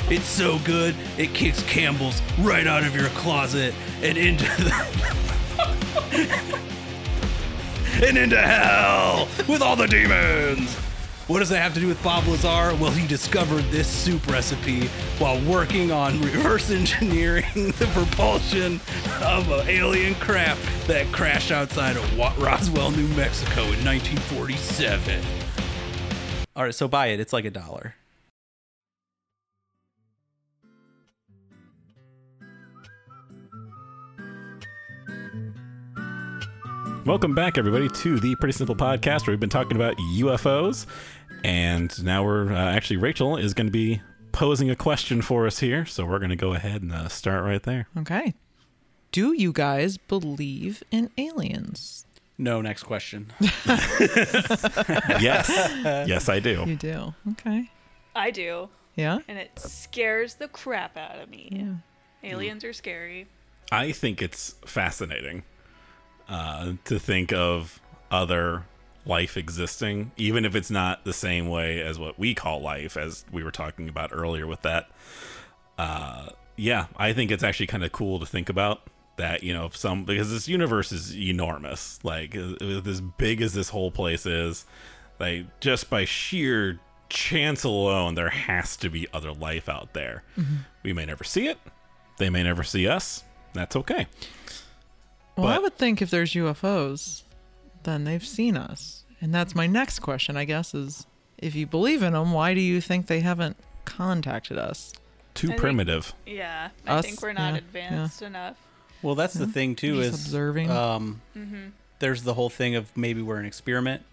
[SPEAKER 4] It's so good, it kicks Campbell's right out of your closet and into the and into hell with all the demons. What does that have to do with Bob Lazar? Well, he discovered this soup recipe while working on reverse engineering the propulsion of an alien craft that crashed outside of Wa- Roswell, New Mexico in 1947. All right, so buy it. It's like a dollar.
[SPEAKER 1] Welcome back, everybody, to the Pretty Simple Podcast, where we've been talking about UFOs, and now we're uh, actually Rachel is going to be posing a question for us here. So we're going to go ahead and uh, start right there.
[SPEAKER 3] Okay. Do you guys believe in aliens?
[SPEAKER 4] No, next question.
[SPEAKER 1] Yes, yes, I do.
[SPEAKER 3] You do. Okay.
[SPEAKER 2] I do,
[SPEAKER 3] Yeah.
[SPEAKER 2] and it scares the crap out of me. Aliens are scary.
[SPEAKER 1] I think it's fascinating uh, to think of other life existing, even if it's not the same way as what we call life, as we were talking about earlier with that. Uh, yeah, I think it's actually kind of cool to think about that, you know, if some, because this universe is enormous, like uh, as big as this whole place is, like just by sheer chance alone, there has to be other life out there. We may never see it. They may never see us. That's okay.
[SPEAKER 3] Well, I
[SPEAKER 1] But-
[SPEAKER 3] would think if there's UFOs, then they've seen us. And that's my next question, I guess, is if you believe in them, why do you think they haven't contacted us?
[SPEAKER 1] Too
[SPEAKER 2] think-
[SPEAKER 1] primitive.
[SPEAKER 2] Yeah, I
[SPEAKER 3] Us?
[SPEAKER 2] think we're not
[SPEAKER 3] Yeah,
[SPEAKER 2] advanced enough.
[SPEAKER 4] Well, that's the thing too
[SPEAKER 3] Just
[SPEAKER 4] is
[SPEAKER 3] observing.
[SPEAKER 4] Um,
[SPEAKER 2] Mm-hmm.
[SPEAKER 4] There's the whole thing of maybe we're an experiment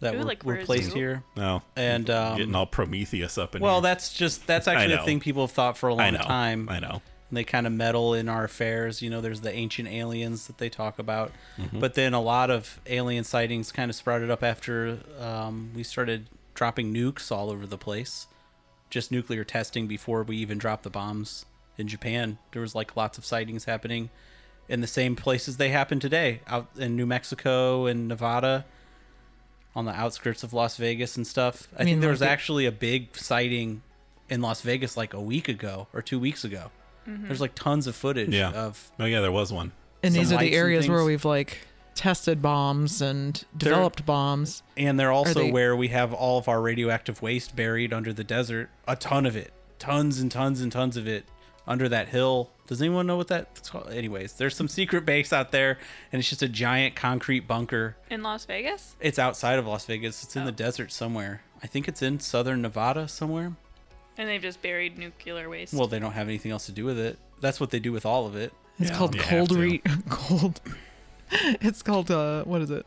[SPEAKER 4] that
[SPEAKER 2] Ooh,
[SPEAKER 4] we're,
[SPEAKER 2] like
[SPEAKER 4] we're
[SPEAKER 2] Where's
[SPEAKER 4] placed
[SPEAKER 2] Who?
[SPEAKER 4] here,
[SPEAKER 1] No,
[SPEAKER 4] and
[SPEAKER 1] getting
[SPEAKER 4] um,
[SPEAKER 1] all Prometheus up in
[SPEAKER 4] well,
[SPEAKER 1] here.
[SPEAKER 4] that's just that's
[SPEAKER 1] I
[SPEAKER 4] actually a
[SPEAKER 1] know.
[SPEAKER 4] thing people have thought for a
[SPEAKER 1] I
[SPEAKER 4] long
[SPEAKER 1] know.
[SPEAKER 4] time.
[SPEAKER 1] I know.
[SPEAKER 4] and they kind of meddle in our affairs. You know, there's the ancient aliens that they talk about, but then a lot of alien sightings kind of sprouted up after um, we started dropping nukes all over the place. Just nuclear testing before we even dropped the bombs in Japan. There was like lots of sightings happening in the same places they happen today, out in New Mexico and Nevada. On the outskirts of Las Vegas and stuff. I,
[SPEAKER 3] mean,
[SPEAKER 4] think there
[SPEAKER 3] like
[SPEAKER 4] was
[SPEAKER 3] the-
[SPEAKER 4] actually a big sighting in Las Vegas like a week ago or two weeks ago.
[SPEAKER 3] Hmm.
[SPEAKER 4] There's like tons of footage
[SPEAKER 1] Yeah.
[SPEAKER 4] of
[SPEAKER 1] Oh yeah, there was one.
[SPEAKER 3] and
[SPEAKER 4] some
[SPEAKER 3] these are
[SPEAKER 4] lights
[SPEAKER 3] the
[SPEAKER 4] and
[SPEAKER 3] areas where
[SPEAKER 4] things.
[SPEAKER 3] we've like tested bombs and
[SPEAKER 4] They're-
[SPEAKER 3] developed bombs.
[SPEAKER 4] and they're also
[SPEAKER 3] they-
[SPEAKER 4] where we have all of our radioactive waste buried under the desert. A ton of it. Tons and tons and tons of it under that hill. Does anyone know what that's called? Anyways, there's some secret base out there and it's just a giant concrete bunker.
[SPEAKER 2] In Las Vegas,
[SPEAKER 4] It's outside of Las Vegas. It's in
[SPEAKER 3] Oh.
[SPEAKER 4] the desert somewhere. I think it's in southern Nevada somewhere.
[SPEAKER 2] and they've just buried nuclear waste.
[SPEAKER 4] Well, they don't have anything else to do with it. That's what they do with all of it.
[SPEAKER 3] It's
[SPEAKER 1] Yeah.
[SPEAKER 3] called
[SPEAKER 1] You have
[SPEAKER 3] cold
[SPEAKER 1] to.
[SPEAKER 3] re cold. It's called uh what is it?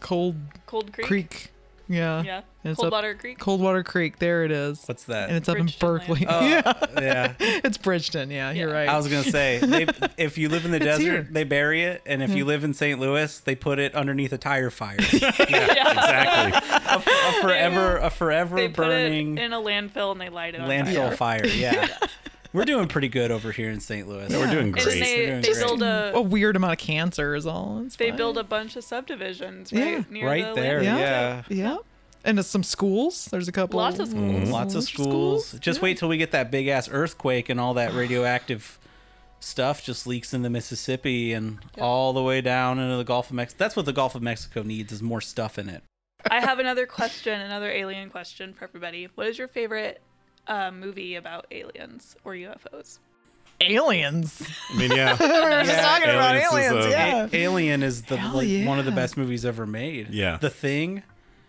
[SPEAKER 3] Cold
[SPEAKER 2] Cold Creek.
[SPEAKER 3] Creek. Yeah.
[SPEAKER 2] Yeah,
[SPEAKER 3] It's up-
[SPEAKER 2] Coldwater Creek.
[SPEAKER 3] Coldwater Creek. There it is.
[SPEAKER 4] What's that?
[SPEAKER 3] and it's up
[SPEAKER 2] Bridgeton
[SPEAKER 3] in
[SPEAKER 2] land.
[SPEAKER 3] Berkeley.
[SPEAKER 4] Oh,
[SPEAKER 3] yeah,
[SPEAKER 4] yeah.
[SPEAKER 3] it's Bridgeton. Yeah, you're
[SPEAKER 2] Yeah.
[SPEAKER 3] right.
[SPEAKER 4] I was gonna say, they, if you live in the
[SPEAKER 3] It's
[SPEAKER 4] desert,
[SPEAKER 3] here.
[SPEAKER 4] they bury it, and if you live in St. Louis, they put it underneath a tire fire.
[SPEAKER 2] yeah.
[SPEAKER 1] Exactly.
[SPEAKER 4] a forever, a forever
[SPEAKER 2] They put it
[SPEAKER 4] burning
[SPEAKER 2] in a landfill and they light it on
[SPEAKER 4] landfill
[SPEAKER 2] fire.
[SPEAKER 4] fire. Yeah, we're doing pretty good over here in St. Louis.
[SPEAKER 1] We're doing
[SPEAKER 2] And then
[SPEAKER 1] great.
[SPEAKER 2] they,
[SPEAKER 4] They're doing
[SPEAKER 2] they
[SPEAKER 4] great.
[SPEAKER 2] build
[SPEAKER 3] a
[SPEAKER 2] a
[SPEAKER 3] weird amount of cancer is all. It's
[SPEAKER 2] they
[SPEAKER 3] fine.
[SPEAKER 2] build a bunch of subdivisions right
[SPEAKER 3] Yeah.
[SPEAKER 2] near
[SPEAKER 4] right
[SPEAKER 2] the
[SPEAKER 4] there.
[SPEAKER 2] landfill.
[SPEAKER 4] Yeah. Mm-hmm.
[SPEAKER 3] Yeah. yeah, and it's some schools. There's a couple.
[SPEAKER 2] Lots of schools.
[SPEAKER 4] lots of
[SPEAKER 3] Lots of
[SPEAKER 4] schools.
[SPEAKER 3] schools,
[SPEAKER 4] Just wait till we get that big ass earthquake and all that radioactive stuff just leaks in the Mississippi and all the way down into the Gulf of Mexico. That's what the Gulf of Mexico needs is more stuff in it.
[SPEAKER 2] I have another question, another alien question for everybody. What is your favorite uh, movie about aliens or UFOs?
[SPEAKER 3] aliens.
[SPEAKER 1] I mean, yeah,
[SPEAKER 3] We're just
[SPEAKER 4] Yeah.
[SPEAKER 3] talking about
[SPEAKER 1] Aliens is
[SPEAKER 3] aliens.
[SPEAKER 1] a-
[SPEAKER 3] yeah.
[SPEAKER 4] A- Alien is the
[SPEAKER 3] Hell
[SPEAKER 4] like, one of the
[SPEAKER 3] yeah.
[SPEAKER 4] best movies ever made.
[SPEAKER 1] Yeah.
[SPEAKER 4] The Thing.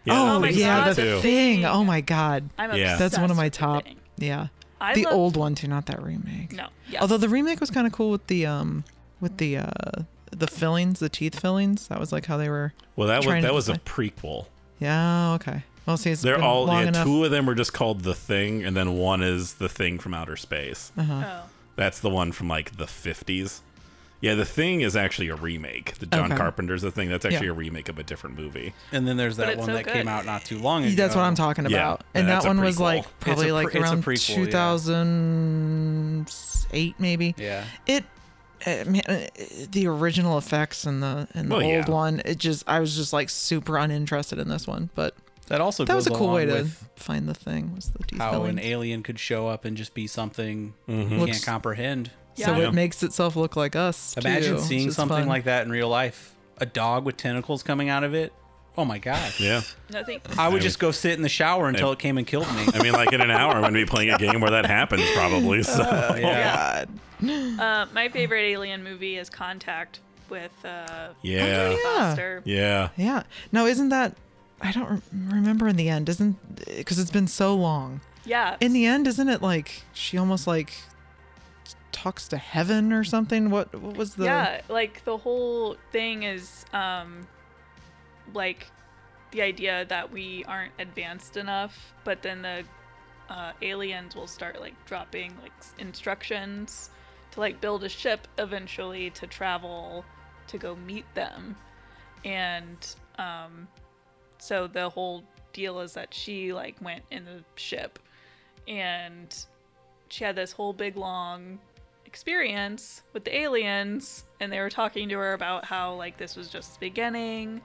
[SPEAKER 1] yeah.
[SPEAKER 2] Oh
[SPEAKER 3] oh
[SPEAKER 2] my
[SPEAKER 1] I think so,
[SPEAKER 3] yeah,
[SPEAKER 2] God,
[SPEAKER 3] the
[SPEAKER 1] too.
[SPEAKER 3] thing. Oh my god,
[SPEAKER 2] I'm
[SPEAKER 1] Yeah.
[SPEAKER 2] obsessed.
[SPEAKER 3] that's one of my
[SPEAKER 2] with the
[SPEAKER 3] top.
[SPEAKER 2] thing.
[SPEAKER 3] Yeah,
[SPEAKER 2] I
[SPEAKER 3] the
[SPEAKER 2] love-
[SPEAKER 3] old one too, not that remake.
[SPEAKER 2] No. Yeah.
[SPEAKER 3] Although the remake was kind of cool with the um with the uh the fillings, the teeth fillings. That was like how they were.
[SPEAKER 1] Well, that was
[SPEAKER 3] Trying to
[SPEAKER 1] that was a
[SPEAKER 3] decide.
[SPEAKER 1] prequel.
[SPEAKER 3] Yeah. Okay. Well, see, it's
[SPEAKER 1] They're
[SPEAKER 3] been
[SPEAKER 1] all
[SPEAKER 3] long
[SPEAKER 1] yeah,
[SPEAKER 3] enough.
[SPEAKER 1] two of them are just called the thing, and then one is the thing from outer space.
[SPEAKER 3] Uh-huh.
[SPEAKER 2] oh.
[SPEAKER 1] That's the one from like the fifties. Yeah, the thing is actually a remake. The John
[SPEAKER 3] Okay.
[SPEAKER 1] Carpenter's the thing. That's actually
[SPEAKER 3] Yeah.
[SPEAKER 1] a remake of a different movie.
[SPEAKER 4] And then there's that
[SPEAKER 2] it's
[SPEAKER 4] one
[SPEAKER 2] so
[SPEAKER 4] that
[SPEAKER 2] good.
[SPEAKER 4] came out not too long ago.
[SPEAKER 3] That's what I'm talking
[SPEAKER 1] Yeah,
[SPEAKER 3] about. and
[SPEAKER 1] that's
[SPEAKER 3] that
[SPEAKER 1] a
[SPEAKER 3] one was
[SPEAKER 1] prequel.
[SPEAKER 3] like
[SPEAKER 1] It's a
[SPEAKER 3] probably
[SPEAKER 4] pre-
[SPEAKER 3] like
[SPEAKER 4] it's a
[SPEAKER 3] around
[SPEAKER 4] prequel, yeah.
[SPEAKER 3] 2008 maybe.
[SPEAKER 4] Yeah.
[SPEAKER 3] It uh, man, uh, the original effects and the and the
[SPEAKER 1] Well, yeah.
[SPEAKER 3] old one, it just I was just like super uninterested in this one, but
[SPEAKER 4] That also
[SPEAKER 3] that was
[SPEAKER 4] goes
[SPEAKER 3] a cool way to
[SPEAKER 4] with
[SPEAKER 3] find the thing was the teeth
[SPEAKER 4] how an
[SPEAKER 3] fillings.
[SPEAKER 4] alien could show up and just be something
[SPEAKER 1] Mm-hmm.
[SPEAKER 4] you
[SPEAKER 3] Looks-
[SPEAKER 4] can't comprehend.
[SPEAKER 3] So
[SPEAKER 2] Yeah.
[SPEAKER 3] it makes itself look like us.
[SPEAKER 4] Imagine
[SPEAKER 3] too,
[SPEAKER 4] seeing
[SPEAKER 3] which is
[SPEAKER 4] something
[SPEAKER 3] fun.
[SPEAKER 4] like that in real life. A dog with tentacles coming out of it. Oh my god.
[SPEAKER 1] Yeah,
[SPEAKER 2] No, thank
[SPEAKER 4] I would
[SPEAKER 1] I
[SPEAKER 4] just go sit in the shower until
[SPEAKER 1] I-
[SPEAKER 4] it came and killed me.
[SPEAKER 1] I mean, like in an hour, I'm gonna be playing a game where that happens probably. So
[SPEAKER 4] yeah.
[SPEAKER 3] God.
[SPEAKER 2] Uh, my favorite alien movie is Contact with uh,
[SPEAKER 1] yeah,
[SPEAKER 3] yeah.
[SPEAKER 2] Foster.
[SPEAKER 1] yeah.
[SPEAKER 3] Yeah. Now isn't that I don't re- remember in the end, isn't because it's been so long.
[SPEAKER 2] Yeah.
[SPEAKER 3] in the end, isn't it like she almost like talks to heaven or something? What what was the
[SPEAKER 2] yeah. Like the whole thing is um, like the idea that we aren't advanced enough, but then the uh, aliens will start like dropping like s- instructions to like build a ship eventually to travel to go meet them. and um so the whole deal is that she like went in the ship and she had this whole big long experience with the aliens and they were talking to her about how like this was just the beginning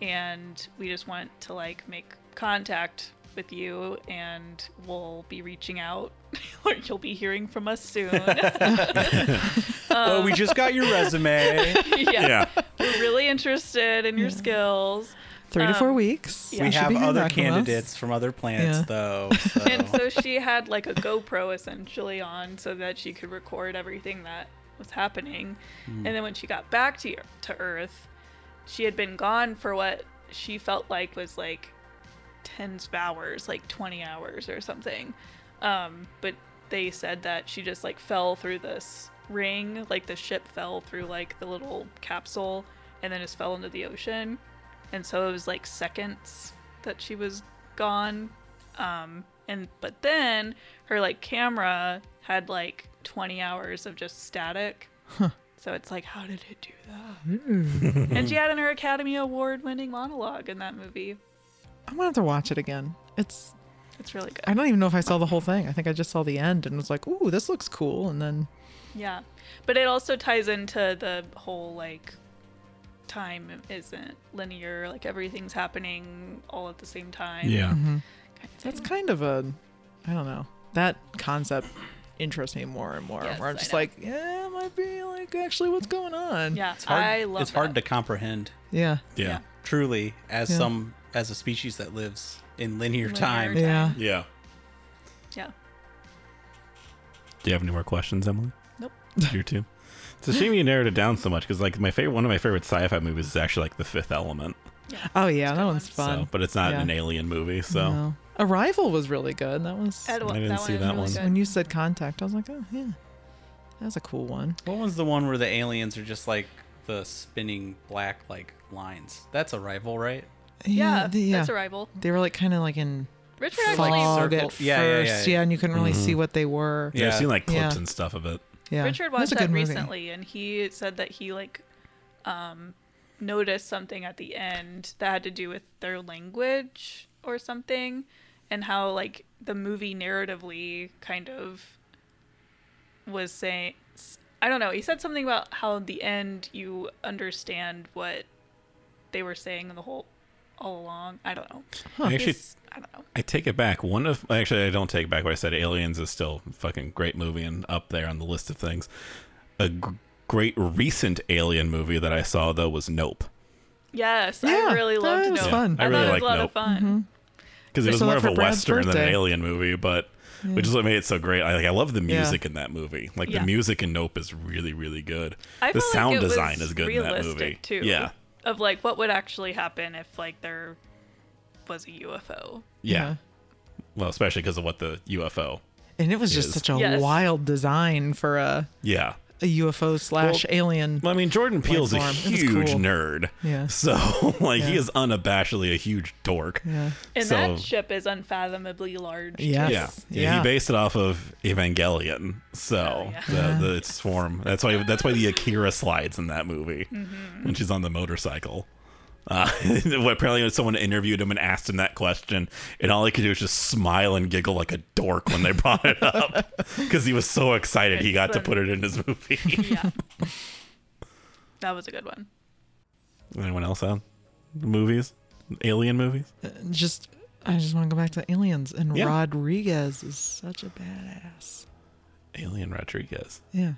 [SPEAKER 2] and we just want to like make contact with you and we'll be reaching out or you'll be hearing from us soon
[SPEAKER 4] Well, Oh, we just got your resume.
[SPEAKER 2] yeah
[SPEAKER 1] yeah.
[SPEAKER 2] we're really interested in your skills
[SPEAKER 3] three to four weeks?
[SPEAKER 2] um, yeah.
[SPEAKER 4] we
[SPEAKER 3] Should
[SPEAKER 4] have
[SPEAKER 3] be hearing
[SPEAKER 4] other
[SPEAKER 3] back from us.
[SPEAKER 4] candidates from other planets
[SPEAKER 3] Yeah.
[SPEAKER 4] though.
[SPEAKER 2] and
[SPEAKER 4] so-
[SPEAKER 2] so she had like a GoPro essentially on so that she could record everything that was happening. And then when she got back to to Earth, she had been gone for what she felt like was like tens of hours, like 20 hours or something. Um, but they said that she just like fell through this ring, like the ship fell through like the little capsule and then just fell into the ocean. And so it was like seconds that she was gone Um, and but then her like camera had like 20 hours of just static so it's like how did it do that
[SPEAKER 3] Hmm.
[SPEAKER 2] and she had in her academy award winning monologue in that movie
[SPEAKER 3] I'm gonna have to watch it again. It's
[SPEAKER 2] it's really good
[SPEAKER 3] I don't even know if I saw the whole thing. I think I just saw the end and was like, ooh, this looks cool. And then
[SPEAKER 2] yeah but it also ties into the whole like time isn't linear like everything's happening all at the same time
[SPEAKER 1] Yeah.
[SPEAKER 4] Mm-hmm.
[SPEAKER 2] kind of
[SPEAKER 3] that's
[SPEAKER 2] thing.
[SPEAKER 3] kind of a I don't know. That concept interests me more and more.
[SPEAKER 2] Yes,
[SPEAKER 3] where I'm
[SPEAKER 2] I
[SPEAKER 3] just
[SPEAKER 2] know.
[SPEAKER 3] like, yeah, it might be like actually what's going on.
[SPEAKER 2] yeah
[SPEAKER 4] it's hard,
[SPEAKER 2] i love
[SPEAKER 4] it's hard to
[SPEAKER 2] that.
[SPEAKER 4] comprehend
[SPEAKER 3] Yeah.
[SPEAKER 1] Yeah.
[SPEAKER 4] truly as
[SPEAKER 3] Yeah.
[SPEAKER 4] some as a species that lives in linear,
[SPEAKER 2] Linear
[SPEAKER 4] time.
[SPEAKER 2] time.
[SPEAKER 3] Yeah.
[SPEAKER 1] Yeah.
[SPEAKER 2] yeah
[SPEAKER 1] Do you have any more questions, Emily?
[SPEAKER 2] Nope.
[SPEAKER 1] Your two. It's a shame you narrowed it down so much because, like, my favorite one of my favorite sci-fi movies is actually like The Fifth Element.
[SPEAKER 3] Oh yeah, that
[SPEAKER 2] good
[SPEAKER 3] one's
[SPEAKER 2] one.
[SPEAKER 3] fun.
[SPEAKER 1] So, but it's not
[SPEAKER 3] Yeah.
[SPEAKER 1] an alien movie, so
[SPEAKER 3] No. Arrival was really good. That was
[SPEAKER 2] That one-
[SPEAKER 1] I didn't
[SPEAKER 2] that
[SPEAKER 1] see
[SPEAKER 2] one is
[SPEAKER 1] that
[SPEAKER 2] really
[SPEAKER 1] one.
[SPEAKER 2] good.
[SPEAKER 3] When you said contact, I was like, oh yeah, that's a cool one.
[SPEAKER 4] What was the one where the aliens are just like the spinning black like lines? That's a rival, right?
[SPEAKER 2] yeah,
[SPEAKER 3] the- yeah.
[SPEAKER 2] that's arrival
[SPEAKER 3] They were like kind of like in
[SPEAKER 2] richard
[SPEAKER 4] Like
[SPEAKER 2] actually
[SPEAKER 3] fog
[SPEAKER 4] circle-
[SPEAKER 3] at
[SPEAKER 4] yeah, yeah, yeah,
[SPEAKER 3] first, yeah,
[SPEAKER 4] yeah.
[SPEAKER 3] and you couldn't really see what they were.
[SPEAKER 1] yeah, I've
[SPEAKER 4] Yeah.
[SPEAKER 1] seen like clips
[SPEAKER 3] Yeah.
[SPEAKER 1] and stuff of it.
[SPEAKER 3] Yeah,
[SPEAKER 2] Richard
[SPEAKER 3] That was
[SPEAKER 2] watched
[SPEAKER 3] a
[SPEAKER 2] that
[SPEAKER 3] good movie.
[SPEAKER 2] recently, and he said that he like um, noticed something at the end that had to do with their language or something, and how like the movie narratively kind of was saying. I don't know. He said something about how in the end you understand what they were saying the whole all along. I don't know.
[SPEAKER 1] I actually,
[SPEAKER 2] He's- I don't know.
[SPEAKER 1] I take it back. One of actually, I don't take back what I said. Aliens is still a fucking great movie and up there on the list of things. A g- great recent alien movie that I saw though was Nope
[SPEAKER 2] Yes,
[SPEAKER 3] Yeah,
[SPEAKER 2] I really
[SPEAKER 3] that
[SPEAKER 2] loved
[SPEAKER 3] was
[SPEAKER 2] Nope.
[SPEAKER 3] fun. Mm-hmm.
[SPEAKER 1] I
[SPEAKER 2] I,
[SPEAKER 1] really
[SPEAKER 2] thought it
[SPEAKER 1] liked
[SPEAKER 2] was a lot
[SPEAKER 1] Nope.
[SPEAKER 2] of fun.
[SPEAKER 1] because it was
[SPEAKER 3] saw
[SPEAKER 1] more
[SPEAKER 3] that
[SPEAKER 1] of
[SPEAKER 3] for
[SPEAKER 1] a
[SPEAKER 3] Brad's
[SPEAKER 1] western than an
[SPEAKER 3] birthday.
[SPEAKER 1] alien movie, but which is what made it so great. I like I love the
[SPEAKER 3] Yeah.
[SPEAKER 1] music in that movie. Like
[SPEAKER 2] Yeah.
[SPEAKER 1] the music in Nope is really really good.
[SPEAKER 2] I
[SPEAKER 1] the
[SPEAKER 2] felt
[SPEAKER 1] sound
[SPEAKER 2] like it
[SPEAKER 1] design
[SPEAKER 2] was
[SPEAKER 1] is good in that
[SPEAKER 2] realistic
[SPEAKER 1] movie
[SPEAKER 2] too.
[SPEAKER 1] Yeah,
[SPEAKER 2] Of like what would actually happen if like there was a UFO.
[SPEAKER 1] yeah. Well, especially because of what the UFO
[SPEAKER 3] And it was just
[SPEAKER 1] Is-
[SPEAKER 3] such a
[SPEAKER 2] Yes.
[SPEAKER 3] wild design for a,
[SPEAKER 1] Yeah.
[SPEAKER 3] a UFO slash alien.
[SPEAKER 1] Well, I mean, Jordan Peele's a
[SPEAKER 3] form. It was
[SPEAKER 1] huge
[SPEAKER 3] cool.
[SPEAKER 1] nerd.
[SPEAKER 3] Yeah.
[SPEAKER 1] So, like, he
[SPEAKER 3] Yeah.
[SPEAKER 1] is unabashedly a huge dork.
[SPEAKER 3] yeah.
[SPEAKER 2] And
[SPEAKER 1] So-
[SPEAKER 2] that ship is unfathomably large. too.
[SPEAKER 3] Yes.
[SPEAKER 1] Yeah. yeah.
[SPEAKER 3] Yeah.
[SPEAKER 1] He based it off of Evangelion. So,
[SPEAKER 2] Oh, yeah.
[SPEAKER 1] the,
[SPEAKER 3] Uh-huh.
[SPEAKER 1] the its form. That's why that's why the Akira slides in that movie
[SPEAKER 2] Mm-hmm.
[SPEAKER 1] when she's on the motorcycle. Uh, apparently, when someone interviewed him and asked him that question, and all he could do was just smile and giggle like a dork when they brought it up because he was so excited he got to put it in his movie.
[SPEAKER 2] Yeah. that was a good one.
[SPEAKER 1] Anyone else on movies? Alien movies?
[SPEAKER 3] Just, I just want to go back to aliens. And
[SPEAKER 1] Yeah.
[SPEAKER 3] Rodriguez is such a badass.
[SPEAKER 1] Alien Rodriguez. Oh,
[SPEAKER 3] Yeah.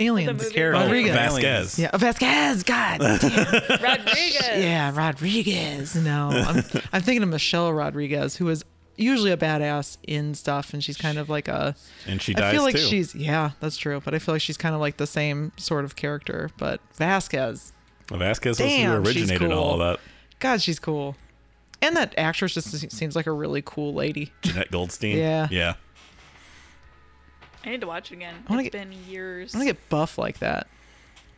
[SPEAKER 3] Aliens.
[SPEAKER 2] The movie-
[SPEAKER 4] Carol
[SPEAKER 3] Rodriguez.
[SPEAKER 1] Vasquez.
[SPEAKER 3] Yeah. Oh, Vasquez. God. damn.
[SPEAKER 2] Rodriguez.
[SPEAKER 3] yeah. Rodriguez. No. I'm, I'm thinking of Michelle Rodriguez, who is usually a badass in stuff. And she's kind of like a.
[SPEAKER 1] And she dies
[SPEAKER 3] I feel like
[SPEAKER 1] too.
[SPEAKER 3] she's yeah, that's true. But I feel like she's kind of like the same sort of character. But Vasquez,
[SPEAKER 1] Vasquez
[SPEAKER 3] Damn,
[SPEAKER 1] was who
[SPEAKER 3] she's
[SPEAKER 1] originated all
[SPEAKER 3] cool.
[SPEAKER 1] that.
[SPEAKER 3] God, she's cool. And that actress just se- seems like a really cool lady.
[SPEAKER 1] Jeanette Goldstein.
[SPEAKER 3] Yeah.
[SPEAKER 1] Yeah.
[SPEAKER 2] I need to watch it again.
[SPEAKER 3] wanna
[SPEAKER 2] It's
[SPEAKER 3] get-
[SPEAKER 2] been years.
[SPEAKER 3] I want to get buff like that.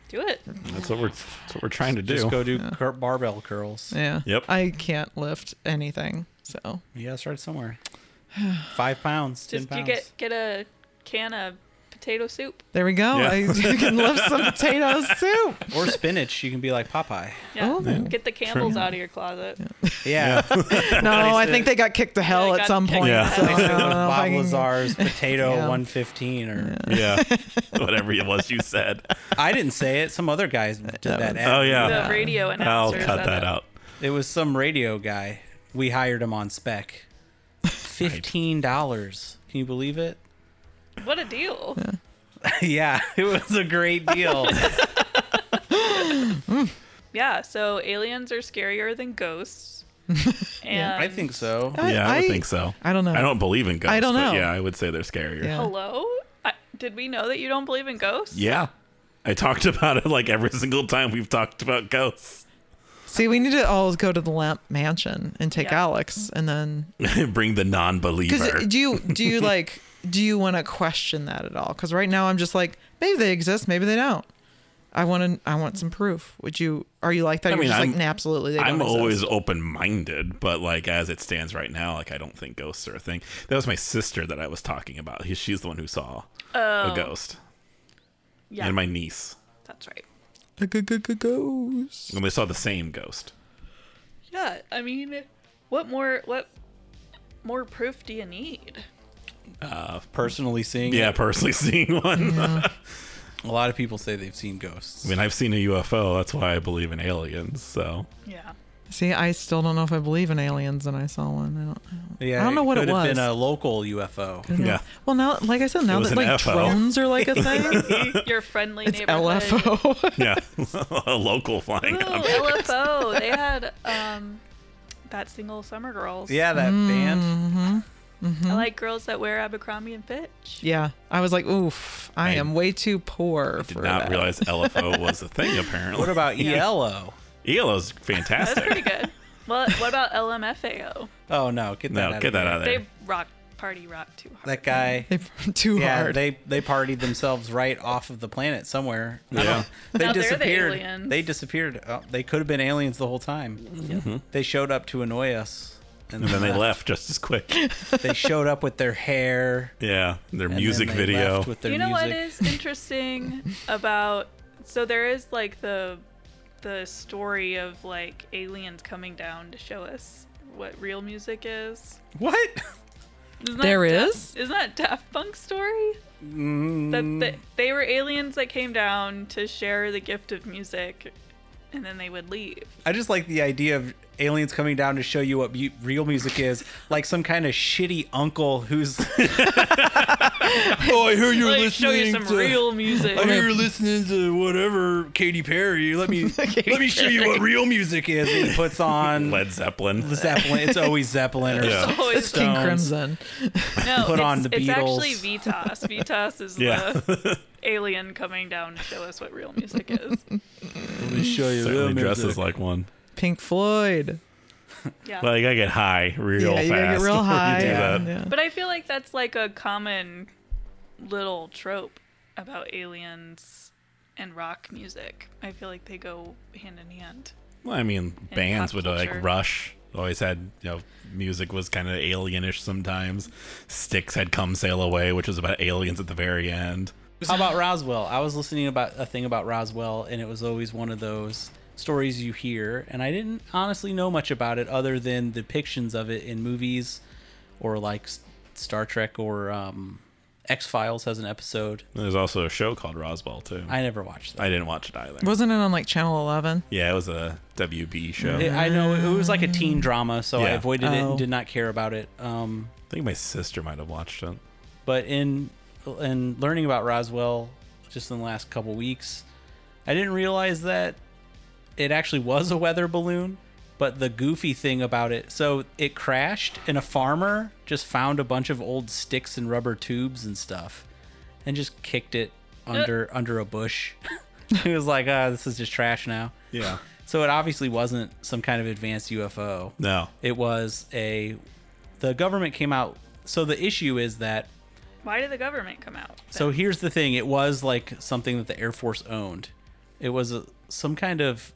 [SPEAKER 2] Do it.
[SPEAKER 1] That's what we're that's what we're trying to do.
[SPEAKER 4] Just go do cur- barbell curls.
[SPEAKER 3] Yeah.
[SPEAKER 1] Yep.
[SPEAKER 3] I can't lift anything, so
[SPEAKER 4] You gotta start somewhere. Five pounds, ten
[SPEAKER 2] Just you
[SPEAKER 4] pounds.
[SPEAKER 2] get get a can of potato soup.
[SPEAKER 3] there we go.
[SPEAKER 1] Yeah.
[SPEAKER 3] I you can lift some potato soup.
[SPEAKER 4] Or spinach. You can be like Popeye.
[SPEAKER 2] Yeah.
[SPEAKER 3] Oh. Yeah.
[SPEAKER 2] Get the candles out of your closet.
[SPEAKER 4] Yeah.
[SPEAKER 3] No, I think they got kicked to hell
[SPEAKER 2] they
[SPEAKER 3] at
[SPEAKER 2] got
[SPEAKER 3] some
[SPEAKER 2] kicked
[SPEAKER 3] point.
[SPEAKER 1] to
[SPEAKER 3] So,
[SPEAKER 1] hell.
[SPEAKER 3] I don't know if I
[SPEAKER 4] Bob
[SPEAKER 3] can-
[SPEAKER 4] Lazar's potato
[SPEAKER 3] Yeah.
[SPEAKER 4] 115 or
[SPEAKER 1] yeah. Whatever it was you said.
[SPEAKER 4] I didn't say it. Some other guys did that. ad.
[SPEAKER 1] Oh yeah.
[SPEAKER 2] The radio
[SPEAKER 1] I'll
[SPEAKER 2] announcer.
[SPEAKER 1] cut
[SPEAKER 2] said
[SPEAKER 1] that
[SPEAKER 2] it.
[SPEAKER 1] out.
[SPEAKER 4] It was some radio guy. We hired him on spec. Fifteen dollars. Can you believe it?
[SPEAKER 2] What a deal.
[SPEAKER 4] yeah, it was a great deal.
[SPEAKER 2] Yeah, so aliens are scarier than ghosts. and
[SPEAKER 4] I think so.
[SPEAKER 3] I-
[SPEAKER 1] yeah, I, would
[SPEAKER 3] I-
[SPEAKER 1] think so.
[SPEAKER 3] I don't know.
[SPEAKER 1] I don't believe in ghosts.
[SPEAKER 3] I don't
[SPEAKER 1] but
[SPEAKER 3] know.
[SPEAKER 1] yeah, I would say they're scarier.
[SPEAKER 3] Yeah.
[SPEAKER 2] Hello? I, did we know that you don't believe in ghosts?
[SPEAKER 1] Yeah. I talked about it like every single time we've talked about ghosts.
[SPEAKER 3] See, we need to all go to the Lamp Mansion and take
[SPEAKER 2] Yeah.
[SPEAKER 3] Alex, and then
[SPEAKER 1] Bring the non-believer.
[SPEAKER 3] Because do you do you like do you want to question that at all? Because right now I'm just like maybe they exist, maybe they don't. I want to. I want some proof. Would you? Are you like that?
[SPEAKER 1] I
[SPEAKER 3] You're
[SPEAKER 1] mean,
[SPEAKER 3] just
[SPEAKER 1] I'm-
[SPEAKER 3] like, nah, absolutely. They
[SPEAKER 1] I'm
[SPEAKER 3] don't exist."
[SPEAKER 1] always open minded, but like as it stands right now, like I don't think ghosts are a thing. That was my sister that I was talking about. He- She's the one who saw a ghost,
[SPEAKER 2] Oh. Yeah,
[SPEAKER 1] and my niece,
[SPEAKER 2] that's right.
[SPEAKER 3] a g- g- g- ghost.
[SPEAKER 1] and they saw the same ghost.
[SPEAKER 2] Yeah, I mean, what more what more proof do you need?
[SPEAKER 4] Personally seeing
[SPEAKER 1] Yeah,
[SPEAKER 4] it,
[SPEAKER 1] personally seeing one.
[SPEAKER 4] a lot of people say they've seen ghosts.
[SPEAKER 1] I mean, I've seen a UFO. That's why I believe in aliens. So
[SPEAKER 2] Yeah.
[SPEAKER 3] See, I still don't know if I believe in aliens, and I saw one. I don't. I don't-
[SPEAKER 4] yeah,
[SPEAKER 3] I don't know what
[SPEAKER 4] could
[SPEAKER 3] it
[SPEAKER 4] have been
[SPEAKER 3] was.
[SPEAKER 4] a local UFO.
[SPEAKER 1] yeah,
[SPEAKER 3] Well, now, like I said, now
[SPEAKER 1] was
[SPEAKER 3] that
[SPEAKER 1] an
[SPEAKER 3] like
[SPEAKER 1] FO.
[SPEAKER 3] drones are like a thing,
[SPEAKER 2] Your friendly
[SPEAKER 3] it's
[SPEAKER 2] neighborhood.
[SPEAKER 3] LFO.
[SPEAKER 1] yeah, a local flying
[SPEAKER 2] Ooh,
[SPEAKER 1] object.
[SPEAKER 2] LFO. They had um that single Summer Girls.
[SPEAKER 4] Yeah, that
[SPEAKER 3] Hmm.
[SPEAKER 4] band.
[SPEAKER 2] I like girls that wear Abercrombie and Fitch.
[SPEAKER 3] yeah, I was like, oof, I,
[SPEAKER 1] I
[SPEAKER 3] am way too poor
[SPEAKER 1] Did
[SPEAKER 3] for
[SPEAKER 1] not
[SPEAKER 3] that.
[SPEAKER 1] realize LFO was a thing. Apparently,
[SPEAKER 4] What about
[SPEAKER 2] Yeah.
[SPEAKER 4] ELO?
[SPEAKER 1] ELO's
[SPEAKER 2] That's pretty
[SPEAKER 1] fantastic?
[SPEAKER 2] good. Well, what about LMFAO?
[SPEAKER 4] Oh no, get that
[SPEAKER 1] No,
[SPEAKER 4] out
[SPEAKER 1] get
[SPEAKER 4] of
[SPEAKER 1] that
[SPEAKER 4] here.
[SPEAKER 1] out of there.
[SPEAKER 2] They rock party rock too hard.
[SPEAKER 4] That guy.
[SPEAKER 3] They too
[SPEAKER 4] Yeah,
[SPEAKER 3] hard.
[SPEAKER 4] they they partied themselves right off of the planet somewhere. I
[SPEAKER 1] Yeah.
[SPEAKER 4] don't- they
[SPEAKER 2] Now they're the
[SPEAKER 4] disappeared.
[SPEAKER 2] aliens.
[SPEAKER 4] they disappeared. Oh, they could have been aliens the whole time. They showed up to annoy us,
[SPEAKER 1] Mm-hmm. and then they left just as quick.
[SPEAKER 4] They showed up with their hair,
[SPEAKER 1] Yeah, their
[SPEAKER 4] and
[SPEAKER 1] music
[SPEAKER 4] then they
[SPEAKER 1] video.
[SPEAKER 4] left with their
[SPEAKER 2] you know
[SPEAKER 4] music.
[SPEAKER 2] what is interesting about so there is like the the story of like aliens coming down to show us what real music is.
[SPEAKER 4] What?
[SPEAKER 2] Isn't
[SPEAKER 3] There
[SPEAKER 2] that Daft-
[SPEAKER 3] is?
[SPEAKER 2] Isn't that Daft Punk's story? That they, they were aliens that came down to share the gift of music, and then they would leave.
[SPEAKER 4] I just like the idea of aliens coming down to show you what mu- real music is, like some kind of shitty uncle who's. oh, I hear you're
[SPEAKER 2] Like, show you some real music.
[SPEAKER 4] I hear you're listening to whatever Katy Perry. Let me let me show you what real music is. And he puts on
[SPEAKER 1] Led Zeppelin.
[SPEAKER 4] the Zeppelin. It's always Zeppelin or
[SPEAKER 1] Yeah.
[SPEAKER 2] It's always-
[SPEAKER 3] it's King
[SPEAKER 4] Stones.
[SPEAKER 3] Crimson.
[SPEAKER 2] No,
[SPEAKER 4] put
[SPEAKER 2] it's,
[SPEAKER 4] on the
[SPEAKER 2] It's actually
[SPEAKER 4] Beatles.
[SPEAKER 2] Vitas. Vitas is
[SPEAKER 1] Yeah.
[SPEAKER 2] the alien coming down to show us what real music is.
[SPEAKER 4] Let me show you
[SPEAKER 1] Certainly dresses like one.
[SPEAKER 3] Pink Floyd.
[SPEAKER 2] Yeah.
[SPEAKER 1] Well, you gotta get high real
[SPEAKER 3] yeah,
[SPEAKER 1] fast.
[SPEAKER 3] you gotta get
[SPEAKER 1] before
[SPEAKER 3] real
[SPEAKER 1] you
[SPEAKER 3] high.
[SPEAKER 1] do
[SPEAKER 3] yeah,
[SPEAKER 1] that.
[SPEAKER 3] yeah.
[SPEAKER 2] But I feel like that's like a common little trope about aliens and rock music. I feel like they go hand in hand.
[SPEAKER 1] Well, I mean,
[SPEAKER 2] And
[SPEAKER 1] bands
[SPEAKER 2] pop
[SPEAKER 1] would uh,
[SPEAKER 2] culture.
[SPEAKER 1] like Rush always had you know music was kind of alienish sometimes. Sticks had Come Sail Away, which was about aliens at the very end.
[SPEAKER 4] How about Roswell? I was listening about a thing about Roswell, and it was always one of those stories you hear, and I didn't honestly know much about it other than depictions of it in movies, or like S- Star Trek or um, X Files has an episode.
[SPEAKER 1] There's also a show called Roswell too. I,
[SPEAKER 4] I never watched that.
[SPEAKER 1] didn't watch it either.
[SPEAKER 3] Wasn't it on like Channel 11?
[SPEAKER 1] yeah, it was a WB show.
[SPEAKER 4] It- I know it was like a teen drama, so I
[SPEAKER 1] Yeah.
[SPEAKER 4] avoided it
[SPEAKER 3] Oh.
[SPEAKER 4] and did not care about it. Um,
[SPEAKER 1] I think my sister might have watched it.
[SPEAKER 4] but in in learning about Roswell just in the last couple weeks, I didn't realize that it actually was a weather balloon. But the goofy thing about it, so it crashed, and a farmer just found a bunch of old sticks and rubber tubes and stuff, and just kicked it under under a bush. he was like, "Ah, this is just trash now."
[SPEAKER 1] Yeah.
[SPEAKER 4] So it obviously wasn't some kind of advanced UFO
[SPEAKER 1] No.
[SPEAKER 4] it was a the government came out so the issue is that
[SPEAKER 2] Why did the government come out?
[SPEAKER 4] so here's the thing it was like something that the air force owned it was a, some kind of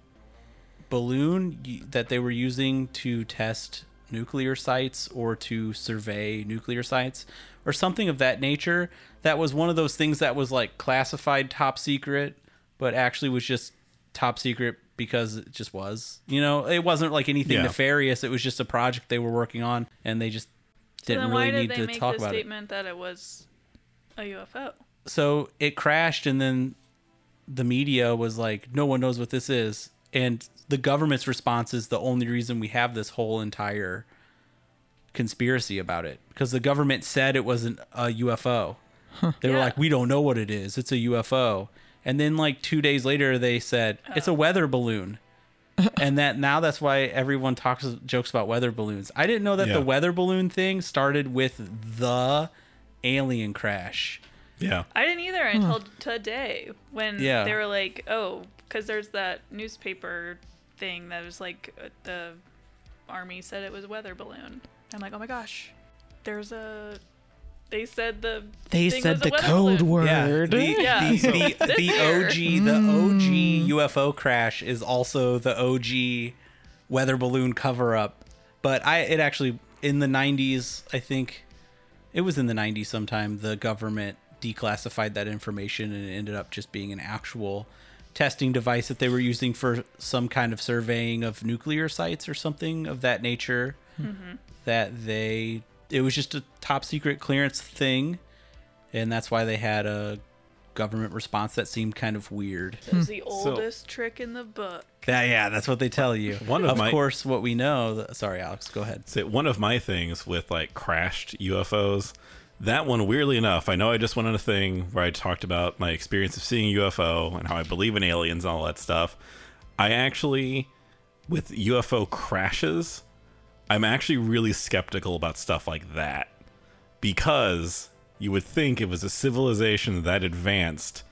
[SPEAKER 4] balloon y- that they were using to test nuclear sites or to survey nuclear sites or something of that nature that was one of those things that was like classified top secret but actually was just top secret because it just was you know it wasn't like anything
[SPEAKER 1] Yeah.
[SPEAKER 4] nefarious it was just a project they were working on and they just didn't
[SPEAKER 2] then
[SPEAKER 4] really
[SPEAKER 2] why did
[SPEAKER 4] need
[SPEAKER 2] they
[SPEAKER 4] to
[SPEAKER 2] make
[SPEAKER 4] talk
[SPEAKER 2] the
[SPEAKER 4] about it
[SPEAKER 2] statement that it was a UFO?
[SPEAKER 4] so it crashed and then the media was like no one knows what this is and the government's response is the only reason we have this whole entire conspiracy about it because the government said it wasn't a UFO. They were
[SPEAKER 2] Yeah.
[SPEAKER 4] like we don't know what it is. It's a UFO. And then like 2 days later they said it's a weather balloon. and that now that's why everyone talks jokes about weather balloons. I didn't know that
[SPEAKER 1] Yeah.
[SPEAKER 4] the weather balloon thing started with the alien crash.
[SPEAKER 1] Yeah.
[SPEAKER 2] I didn't either until today when
[SPEAKER 4] Yeah.
[SPEAKER 2] they were like, oh, because there's that newspaper thing that was like uh, the army said it was a weather balloon. I'm like, oh my gosh, there's a. They said the.
[SPEAKER 3] They
[SPEAKER 2] thing
[SPEAKER 3] said
[SPEAKER 2] was a
[SPEAKER 3] the
[SPEAKER 2] weather
[SPEAKER 3] code
[SPEAKER 2] balloon.
[SPEAKER 3] word.
[SPEAKER 4] The,
[SPEAKER 2] Yeah.
[SPEAKER 4] the, the,
[SPEAKER 2] This
[SPEAKER 4] the
[SPEAKER 2] year.
[SPEAKER 4] OG the OG UFO crash is also the OG weather balloon cover up. But I it actually in the 90s, I think it was in the 90s sometime the government declassified that information and it ended up just being an actual testing device that they were using for some kind of surveying of nuclear sites or something of that nature that they it was just a top secret clearance thing and that's why they had a government response that seemed kind of weird
[SPEAKER 2] It
[SPEAKER 3] Hmm.
[SPEAKER 2] was the oldest trick in the book.
[SPEAKER 4] that, yeah that's what they tell you
[SPEAKER 1] One of
[SPEAKER 4] of
[SPEAKER 1] my-
[SPEAKER 4] course what we know th- sorry alex go ahead
[SPEAKER 1] So one of my things with like crashed UFOs, that one weirdly enough, I know I just went on a thing where I talked about my experience of seeing UFO and how I believe in aliens and all that stuff. I actually with UFO crashes, I'm actually really skeptical about stuff like that because you would think it was a civilization that advanced,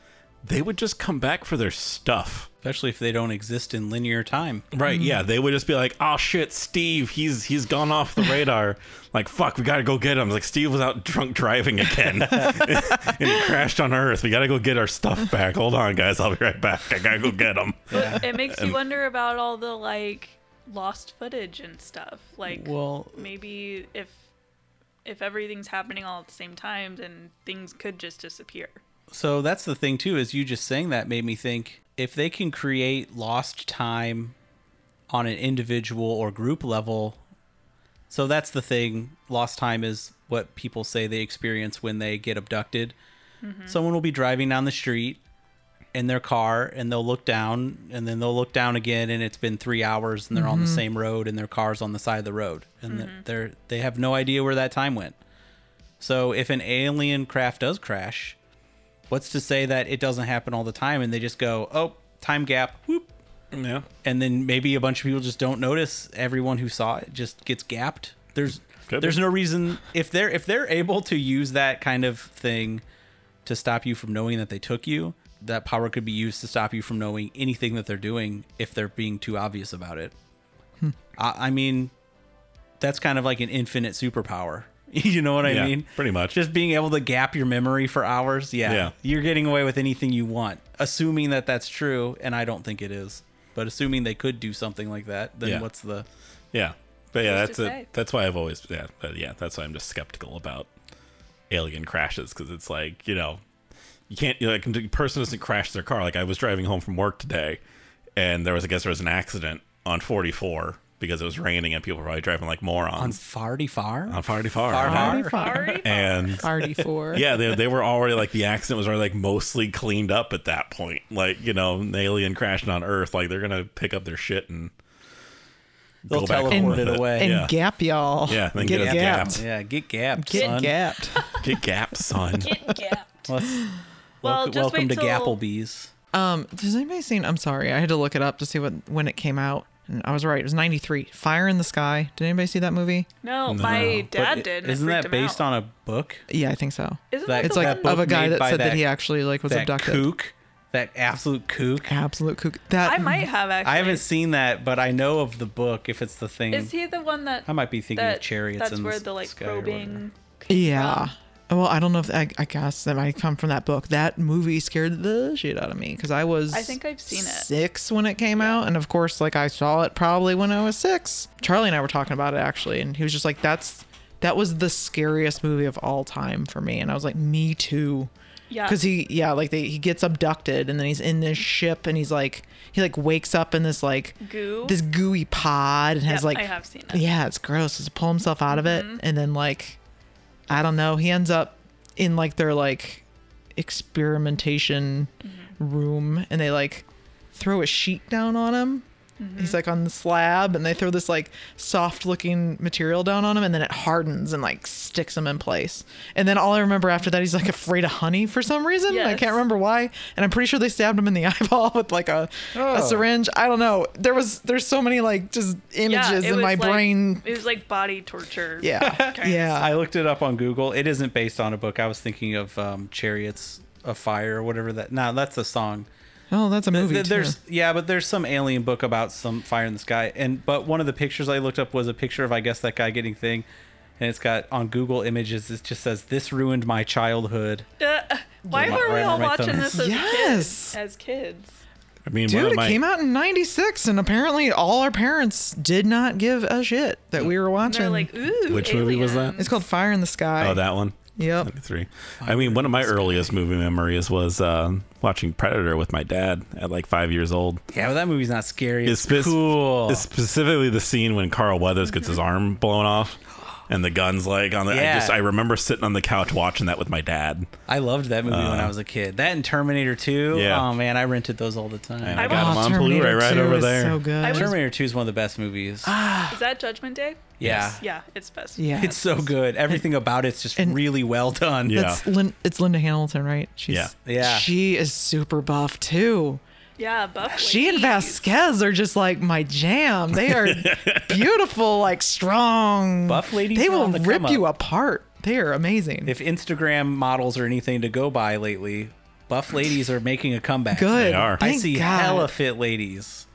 [SPEAKER 1] they would just come back for their stuff.
[SPEAKER 4] especially if they don't exist in linear time
[SPEAKER 1] Right, yeah, they would just be like, "Oh shit, Steve, he's he's gone off the radar." like, fuck, we gotta go get him. Like, Steve was out drunk driving again, and he crashed on Earth. We gotta go get our stuff back. Hold on, guys, I'll be right back. I gotta go get him.
[SPEAKER 2] But it makes you wonder about all the like lost footage and stuff. Like,
[SPEAKER 4] well
[SPEAKER 2] maybe if if everything's happening all at the same time, then things could just disappear.
[SPEAKER 4] So that's the thing too, is you just saying that made me think if they can create lost time on an individual or group level. So that's the thing. Lost time is what people say they experience when they get abducted. Someone will be driving down the street in their car and they'll look down and then they'll look down again and it's been three hours and they're on the same road and their car's on the side of the road and th- they're they have no idea where that time went. So if an alien craft does crash, what's to say that it doesn't happen all the time and they just go, oh, time gap, whoop.
[SPEAKER 1] Yeah,
[SPEAKER 4] And then maybe a bunch of people just don't notice. Everyone who saw it just gets gapped. There's
[SPEAKER 1] Could be.
[SPEAKER 4] there's no reason if they're if they're able to use that kind of thing to stop you from knowing that they took you, that power could be used to stop you from knowing anything that they're doing if they're being too obvious about it. I, I mean, that's kind of like an infinite superpower. you know what I
[SPEAKER 1] Yeah,
[SPEAKER 4] mean?
[SPEAKER 1] pretty much.
[SPEAKER 4] Just being able to gap your memory for hours. Yeah,
[SPEAKER 1] Yeah.
[SPEAKER 4] You're getting away with anything you want, assuming that that's true. And I don't think it is. But assuming they could do something like that, then
[SPEAKER 1] Yeah.
[SPEAKER 4] what's the.
[SPEAKER 1] Yeah, but yeah,
[SPEAKER 2] Who's
[SPEAKER 1] that's
[SPEAKER 2] to
[SPEAKER 1] it.
[SPEAKER 2] say?
[SPEAKER 1] That's why I've always yeah, but yeah. That's why I'm just skeptical about alien crashes because it's like you know, you can't you know, like a person doesn't crash their car. Like I was driving home from work today, and there was I guess there was an accident on 44 because it was raining and people were probably driving like
[SPEAKER 4] On
[SPEAKER 1] morons
[SPEAKER 4] Farty Far?
[SPEAKER 1] on 44.
[SPEAKER 4] Far.
[SPEAKER 2] Sorry.
[SPEAKER 1] And
[SPEAKER 3] RD4.
[SPEAKER 1] yeah, they, they were already like the accident was already like mostly cleaned up at that point. Like you know, an alien crashing on Earth, like they're gonna pick up their shit and
[SPEAKER 4] They'll
[SPEAKER 1] go back home
[SPEAKER 4] teleport
[SPEAKER 1] with
[SPEAKER 4] it
[SPEAKER 1] it.
[SPEAKER 4] away.
[SPEAKER 3] And
[SPEAKER 1] Yeah.
[SPEAKER 3] gap, y'all.
[SPEAKER 1] Yeah, then get us gapped.
[SPEAKER 4] Yeah, get gapped.
[SPEAKER 3] Get
[SPEAKER 4] son.
[SPEAKER 3] gapped.
[SPEAKER 1] get gapped, son.
[SPEAKER 2] Get gapped.
[SPEAKER 4] Let's-
[SPEAKER 2] Well,
[SPEAKER 4] welcome
[SPEAKER 2] just
[SPEAKER 4] welcome to
[SPEAKER 2] wait till-
[SPEAKER 4] Gapplebees.
[SPEAKER 3] Um, does anybody seen? I'm sorry, I had to look it up to see what when it came out, and I was right. It was '93. Fire in the Sky. Did anybody see that movie?
[SPEAKER 2] No,
[SPEAKER 1] No.
[SPEAKER 2] my
[SPEAKER 1] But
[SPEAKER 2] dad
[SPEAKER 4] But
[SPEAKER 2] did. and it
[SPEAKER 4] Isn't that
[SPEAKER 2] freaked him
[SPEAKER 4] based
[SPEAKER 2] out.
[SPEAKER 4] on a book?
[SPEAKER 3] Yeah, I think so.
[SPEAKER 2] Isn't
[SPEAKER 4] that-
[SPEAKER 2] that,
[SPEAKER 3] It's
[SPEAKER 2] the
[SPEAKER 3] like
[SPEAKER 2] one?
[SPEAKER 3] of a guy
[SPEAKER 4] made
[SPEAKER 3] that
[SPEAKER 4] by
[SPEAKER 3] said that,
[SPEAKER 4] that-
[SPEAKER 3] he actually like was
[SPEAKER 4] that
[SPEAKER 3] abducted.
[SPEAKER 4] kook, that absolute kook.
[SPEAKER 3] Absolute kook. That
[SPEAKER 2] I might have actually.
[SPEAKER 4] I haven't seen that, but I know of the book. If it's the thing,
[SPEAKER 2] Is he the one that?
[SPEAKER 4] I might be thinking
[SPEAKER 2] that,
[SPEAKER 4] of chariots.
[SPEAKER 2] That's
[SPEAKER 4] in
[SPEAKER 2] where
[SPEAKER 4] s-
[SPEAKER 2] the like
[SPEAKER 4] sky or whatever.
[SPEAKER 2] probing. came
[SPEAKER 3] Yeah.
[SPEAKER 2] from.
[SPEAKER 3] Well, I don't know if I, I guess that might come from that book. That movie scared the shit out of me because I was
[SPEAKER 2] I think I've seen it.
[SPEAKER 3] six when it came out, and of course, like I saw it probably when I was six. Charlie and I were talking about it actually, and he was just like, "That's that was the scariest movie of all time for me," and I was like, "Me too."
[SPEAKER 2] Yeah.
[SPEAKER 3] Because he, yeah, like they, he gets abducted and then he's in this ship and he's like, he like wakes up in this like
[SPEAKER 2] Goo?
[SPEAKER 3] this gooey pod and has
[SPEAKER 2] Yep,
[SPEAKER 3] like,
[SPEAKER 2] I have seen it.
[SPEAKER 3] yeah, it's gross. He's pull himself out of it and then like, I don't know, he ends up in like their like experimentation room and they like throw a sheet down on him. He's like on the slab and they throw this like soft looking material down on him and then it hardens and like sticks him in place. And then all I remember after that he's like afraid of honey for some reason. I
[SPEAKER 2] Yes.
[SPEAKER 3] can't remember why. And I'm pretty sure they stabbed him in the eyeball with like a, a syringe. I don't know. There was there's so many like just
[SPEAKER 2] Yeah,
[SPEAKER 3] images
[SPEAKER 2] it
[SPEAKER 3] in
[SPEAKER 2] was
[SPEAKER 3] my
[SPEAKER 2] like-
[SPEAKER 3] brain.
[SPEAKER 2] It was like body torture.
[SPEAKER 3] Yeah.
[SPEAKER 2] kind of
[SPEAKER 3] yeah.
[SPEAKER 4] I looked it up on Google. It isn't based on a book. I was thinking of um, chariots of fire or whatever that. No, that's a song.
[SPEAKER 3] Oh, that's a movie.
[SPEAKER 4] Th-
[SPEAKER 3] too.
[SPEAKER 4] there's yeah, but there's some alien book about some fire in the sky, and but one of the pictures I looked up was a picture of I guess that guy getting thing, and it's got on Google Images. It just says this ruined my childhood.
[SPEAKER 2] Uh, why
[SPEAKER 4] Yeah.
[SPEAKER 2] were we
[SPEAKER 4] Right
[SPEAKER 2] all
[SPEAKER 4] under my
[SPEAKER 2] watching
[SPEAKER 4] thumbs.
[SPEAKER 2] this as
[SPEAKER 3] Yes.
[SPEAKER 2] kids? As kids.
[SPEAKER 1] I mean, one
[SPEAKER 3] Dude,
[SPEAKER 1] of
[SPEAKER 3] it
[SPEAKER 1] my
[SPEAKER 3] came out in '96, and apparently all our parents did not give a shit that we were
[SPEAKER 2] And they're
[SPEAKER 3] watching.
[SPEAKER 2] like, ooh.
[SPEAKER 1] Which movie was that?
[SPEAKER 2] aliens."
[SPEAKER 3] it's called Fire in the Sky.
[SPEAKER 1] oh that one.
[SPEAKER 3] Yep.
[SPEAKER 1] 93. I mean, one of my earliest movie memories was um, watching Predator with my dad at like five years old.
[SPEAKER 4] Yeah, but that movie's not scary. It's,
[SPEAKER 1] spe-
[SPEAKER 4] cool.
[SPEAKER 1] it's specifically the scene when Carl Weathers gets his arm blown off and the gun's like on the. I just,
[SPEAKER 4] Yeah.
[SPEAKER 1] I remember sitting on the couch watching that with my dad.
[SPEAKER 4] I loved that movie when I was a kid. That and Terminator 2.
[SPEAKER 1] uh, Yeah.
[SPEAKER 4] Oh man, I rented those all the time.
[SPEAKER 1] And I,
[SPEAKER 2] I
[SPEAKER 1] got
[SPEAKER 2] watched
[SPEAKER 1] him on
[SPEAKER 3] Oh,
[SPEAKER 1] Blu
[SPEAKER 3] Terminator
[SPEAKER 1] ray right
[SPEAKER 3] 2
[SPEAKER 1] over
[SPEAKER 3] is
[SPEAKER 1] there.
[SPEAKER 3] So good.
[SPEAKER 2] I was-
[SPEAKER 4] Terminator 2 is one of the best movies.
[SPEAKER 2] Is that Judgment Day?
[SPEAKER 4] yeah.
[SPEAKER 2] Yeah, it's best.
[SPEAKER 3] yeah.
[SPEAKER 4] It's so good. Everything about it's just
[SPEAKER 3] And-
[SPEAKER 4] really well done.
[SPEAKER 1] Yeah.
[SPEAKER 3] That's Lin- it's Linda Hamilton, right? She's,
[SPEAKER 1] Yeah.
[SPEAKER 4] Yeah.
[SPEAKER 3] She is super buff too.
[SPEAKER 2] Yeah, Buff.
[SPEAKER 3] She and Vasquez are just like my jam. They are beautiful, like strong
[SPEAKER 4] Buff ladies
[SPEAKER 3] They
[SPEAKER 4] are
[SPEAKER 3] will
[SPEAKER 4] on the come
[SPEAKER 3] rip
[SPEAKER 4] up.
[SPEAKER 3] you apart. They are amazing.
[SPEAKER 4] If Instagram models are anything to go by lately, buff ladies are making a comeback.
[SPEAKER 3] Good.
[SPEAKER 1] They are.
[SPEAKER 4] I
[SPEAKER 3] Thank
[SPEAKER 4] see
[SPEAKER 3] God. Uh,
[SPEAKER 4] hella fit ladies.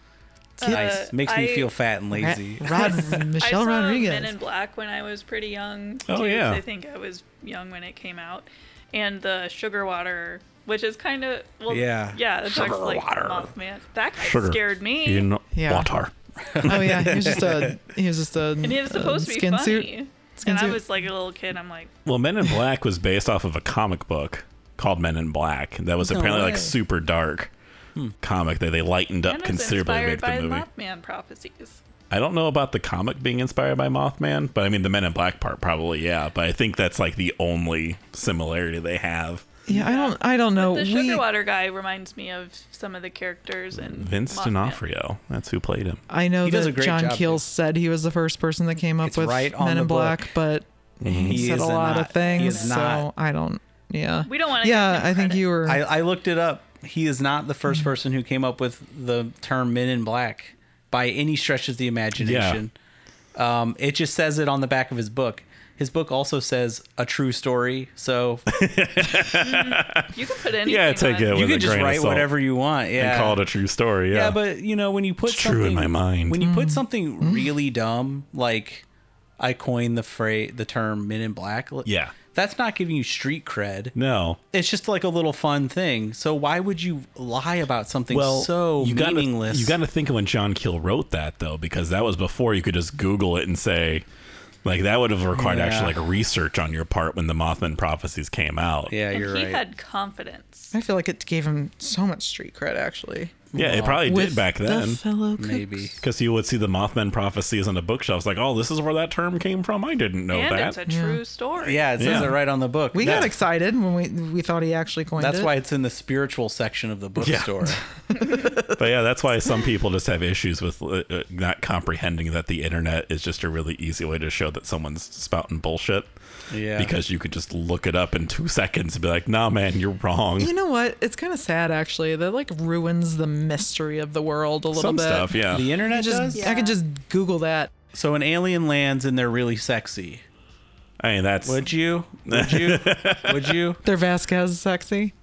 [SPEAKER 4] It's nice. Makes me
[SPEAKER 2] I-
[SPEAKER 4] feel fat and
[SPEAKER 3] Ra-
[SPEAKER 4] lazy.
[SPEAKER 3] Rod-
[SPEAKER 2] I
[SPEAKER 3] Michelle
[SPEAKER 2] saw
[SPEAKER 3] Rodriguez.
[SPEAKER 2] Men in Black when I was pretty young.
[SPEAKER 1] Oh,
[SPEAKER 2] too, 'cause
[SPEAKER 1] yeah.
[SPEAKER 2] I think I was young when it came out, and the Sugar Water, which is kind of well,
[SPEAKER 4] Yeah.
[SPEAKER 2] yeah, that sugar like
[SPEAKER 1] Water.
[SPEAKER 2] Mothman. That guy
[SPEAKER 1] Sugar.
[SPEAKER 2] scared me.
[SPEAKER 1] In
[SPEAKER 3] Yeah.
[SPEAKER 1] water.
[SPEAKER 3] oh yeah, he was just a he was just a
[SPEAKER 2] and he was supposed to be
[SPEAKER 3] Uh, skin
[SPEAKER 2] funny.
[SPEAKER 3] suit. Skin
[SPEAKER 2] and I
[SPEAKER 3] suit.
[SPEAKER 2] was like a little kid. I'm like,
[SPEAKER 1] Well, Men in Black was based off of a comic book called Men in Black that was
[SPEAKER 4] No
[SPEAKER 1] apparently
[SPEAKER 4] way.
[SPEAKER 1] like super dark comic that they lightened up
[SPEAKER 2] and it's
[SPEAKER 1] considerably to
[SPEAKER 2] inspired
[SPEAKER 1] make
[SPEAKER 2] by
[SPEAKER 1] the movie.
[SPEAKER 2] Mothman prophecies.
[SPEAKER 1] I don't know about the comic being inspired by Mothman, but I mean the Men in Black part probably, yeah. But I think that's like the only similarity they have.
[SPEAKER 3] Yeah, I don't I don't know.
[SPEAKER 2] The
[SPEAKER 3] we,
[SPEAKER 2] sugar water guy reminds me of some of the characters and
[SPEAKER 1] Vince
[SPEAKER 2] Mothman.
[SPEAKER 1] D'Onofrio, that's who played him.
[SPEAKER 3] I know
[SPEAKER 4] He does a
[SPEAKER 3] that
[SPEAKER 4] great
[SPEAKER 3] John
[SPEAKER 4] job,
[SPEAKER 3] Keel said he was the first person that came up
[SPEAKER 4] It's
[SPEAKER 3] with
[SPEAKER 4] right on
[SPEAKER 3] Men
[SPEAKER 4] the
[SPEAKER 3] in Black,
[SPEAKER 4] book.
[SPEAKER 3] but he,
[SPEAKER 4] He
[SPEAKER 3] said a
[SPEAKER 4] is
[SPEAKER 3] lot
[SPEAKER 4] not-
[SPEAKER 3] of things.
[SPEAKER 4] he is
[SPEAKER 3] so
[SPEAKER 4] not-
[SPEAKER 3] I don't. Yeah.
[SPEAKER 2] We don't wanna give
[SPEAKER 3] Yeah,
[SPEAKER 2] him
[SPEAKER 3] I think
[SPEAKER 2] credit.
[SPEAKER 3] you were.
[SPEAKER 4] I, I looked it up. He is not the
[SPEAKER 3] Mm.
[SPEAKER 4] first person who came up with the term men in black by any stretch of the imagination. Um, it just says it on the back of his book. His book also says a true story, so
[SPEAKER 2] You can put anything.
[SPEAKER 1] Yeah, take
[SPEAKER 2] on.
[SPEAKER 1] it
[SPEAKER 4] you
[SPEAKER 1] with a
[SPEAKER 4] can just
[SPEAKER 1] grain
[SPEAKER 4] write
[SPEAKER 1] of salt
[SPEAKER 4] whatever you want. Yeah,
[SPEAKER 1] and call it a true story.
[SPEAKER 4] yeah.
[SPEAKER 1] Yeah,
[SPEAKER 4] but you know when you put
[SPEAKER 1] It's true in
[SPEAKER 4] something-
[SPEAKER 1] my mind.
[SPEAKER 4] when you put something really dumb like I coined the phrase the term Men in Black. li-
[SPEAKER 1] Yeah.
[SPEAKER 4] that's not giving you street cred.
[SPEAKER 1] no.
[SPEAKER 4] It's just like a little fun thing. So why would you lie about something
[SPEAKER 1] Well,
[SPEAKER 4] so
[SPEAKER 1] you gotta,
[SPEAKER 4] meaningless?
[SPEAKER 1] You got to think of when John Keel wrote that though, because that was before you could just Google it and say, like that would have required
[SPEAKER 4] Yeah.
[SPEAKER 1] actually like research on your part when the Mothman prophecies came out.
[SPEAKER 4] yeah,
[SPEAKER 2] And
[SPEAKER 4] you're
[SPEAKER 2] he
[SPEAKER 4] right.
[SPEAKER 2] had confidence.
[SPEAKER 3] I feel like it gave him so much street cred, actually.
[SPEAKER 1] Yeah, it probably did back
[SPEAKER 3] the
[SPEAKER 1] then.
[SPEAKER 3] fellow cooks.
[SPEAKER 4] Maybe.
[SPEAKER 1] Because you would see the Mothman prophecies on the bookshelves, like, oh, this is where that term came from. I didn't know
[SPEAKER 2] and
[SPEAKER 1] Oh, that.
[SPEAKER 2] it's a true story.
[SPEAKER 4] Yeah, it says
[SPEAKER 1] Yeah.
[SPEAKER 4] it right on the book.
[SPEAKER 3] We got
[SPEAKER 4] That's-
[SPEAKER 3] excited when we we thought he actually coined
[SPEAKER 4] That's
[SPEAKER 3] it.
[SPEAKER 4] why it's in the spiritual section of the
[SPEAKER 1] Yeah.
[SPEAKER 4] bookstore.
[SPEAKER 1] but yeah, that's why some people just have issues with uh, uh, not comprehending that the internet is just a really easy way to show that someone's spouting bullshit.
[SPEAKER 4] Yeah.
[SPEAKER 1] Because you could just look it up in two seconds and be like, nah, man, you're wrong.
[SPEAKER 3] You know what? It's kind of sad, actually. That like ruins the mystery of the world a little
[SPEAKER 1] Some
[SPEAKER 3] bit.
[SPEAKER 1] stuff, yeah.
[SPEAKER 4] The internet does.
[SPEAKER 3] Just I could just Google that.
[SPEAKER 4] So an alien lands and they're really sexy.
[SPEAKER 1] I mean, that's
[SPEAKER 4] Would you? Would you? Would you?
[SPEAKER 3] They're Vasquez sexy.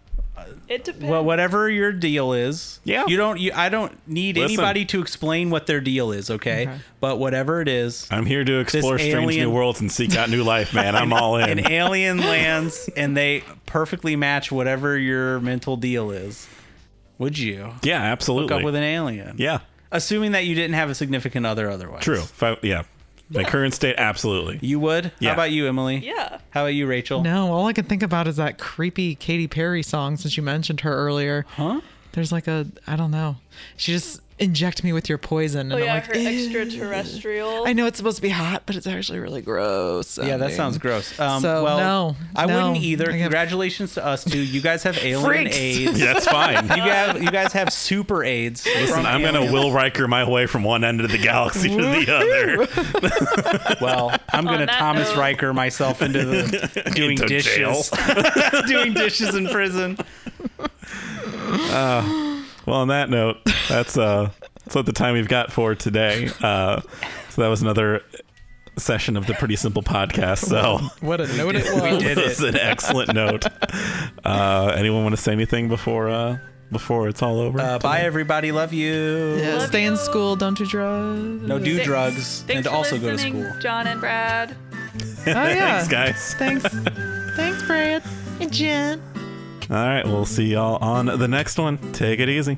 [SPEAKER 2] It depends.
[SPEAKER 4] Well, whatever your deal is.
[SPEAKER 1] Yeah.
[SPEAKER 4] You don't. You, I don't need
[SPEAKER 1] Listen.
[SPEAKER 4] anybody to explain what their deal is. Okay.
[SPEAKER 3] Okay.
[SPEAKER 4] But whatever it is,
[SPEAKER 1] I'm here to explore strange
[SPEAKER 4] alien-
[SPEAKER 1] new worlds and seek out new life, man. I'm all in.
[SPEAKER 4] an alien lands and they perfectly match whatever your mental deal is. Would you
[SPEAKER 1] yeah,
[SPEAKER 4] hook up
[SPEAKER 1] absolutely.
[SPEAKER 4] with an alien?
[SPEAKER 1] yeah,
[SPEAKER 4] Assuming that you didn't have a significant other otherwise.
[SPEAKER 1] true. If I- yeah, my current state, absolutely.
[SPEAKER 4] You would.
[SPEAKER 1] Yeah.
[SPEAKER 4] How about you, Emily?
[SPEAKER 2] yeah.
[SPEAKER 4] How about you, Rachel?
[SPEAKER 3] No, all I can think about is that creepy Katy Perry song since you mentioned her earlier.
[SPEAKER 4] Huh?
[SPEAKER 3] There's like a I don't know. She just inject me with your poison, and
[SPEAKER 2] Oh
[SPEAKER 3] I'm
[SPEAKER 2] yeah,
[SPEAKER 3] like,
[SPEAKER 2] her
[SPEAKER 3] "Ew."
[SPEAKER 2] extraterrestrial.
[SPEAKER 3] I know it's supposed to be hot, but it's actually really gross.
[SPEAKER 4] Yeah, that
[SPEAKER 3] sounding.
[SPEAKER 4] sounds gross. Um,
[SPEAKER 3] So,
[SPEAKER 4] well,
[SPEAKER 3] no,
[SPEAKER 4] I
[SPEAKER 3] no.
[SPEAKER 4] wouldn't either.
[SPEAKER 3] I get-
[SPEAKER 4] Congratulations to us too. You guys have alien
[SPEAKER 3] Freaks.
[SPEAKER 4] AIDS.
[SPEAKER 1] Yeah, that's fine.
[SPEAKER 4] You have you guys have super AIDS.
[SPEAKER 1] Listen, I'm gonna Will Riker my way from one end of the galaxy to the other.
[SPEAKER 4] well, I'm gonna
[SPEAKER 2] On Oh, that
[SPEAKER 4] Thomas
[SPEAKER 2] note-
[SPEAKER 4] Riker myself into the doing
[SPEAKER 1] Into
[SPEAKER 4] dishes, doing dishes in prison.
[SPEAKER 1] Well, on that note, that's uh, that's what the time we've got for today. Uh, so that was another session of the Pretty Simple Podcast. So
[SPEAKER 3] What a note it
[SPEAKER 4] we
[SPEAKER 3] was.
[SPEAKER 4] did. it.
[SPEAKER 1] that's an excellent note. Uh, anyone want to say anything before uh, before it's all over?
[SPEAKER 4] Uh, bye everybody. Love you.
[SPEAKER 3] Yeah,
[SPEAKER 2] Love
[SPEAKER 3] stay in
[SPEAKER 2] you.
[SPEAKER 3] school. Don't do drugs.
[SPEAKER 4] No, do
[SPEAKER 2] Thanks-
[SPEAKER 4] drugs
[SPEAKER 2] Thanks
[SPEAKER 4] and
[SPEAKER 2] for
[SPEAKER 4] also go to
[SPEAKER 2] listening,
[SPEAKER 4] school.
[SPEAKER 2] John and Brad.
[SPEAKER 3] Oh yeah.
[SPEAKER 1] Thanks, guys.
[SPEAKER 3] Thanks. Thanks, Brad and Jen.
[SPEAKER 1] All right, we'll see y'all on the next one. Take it easy.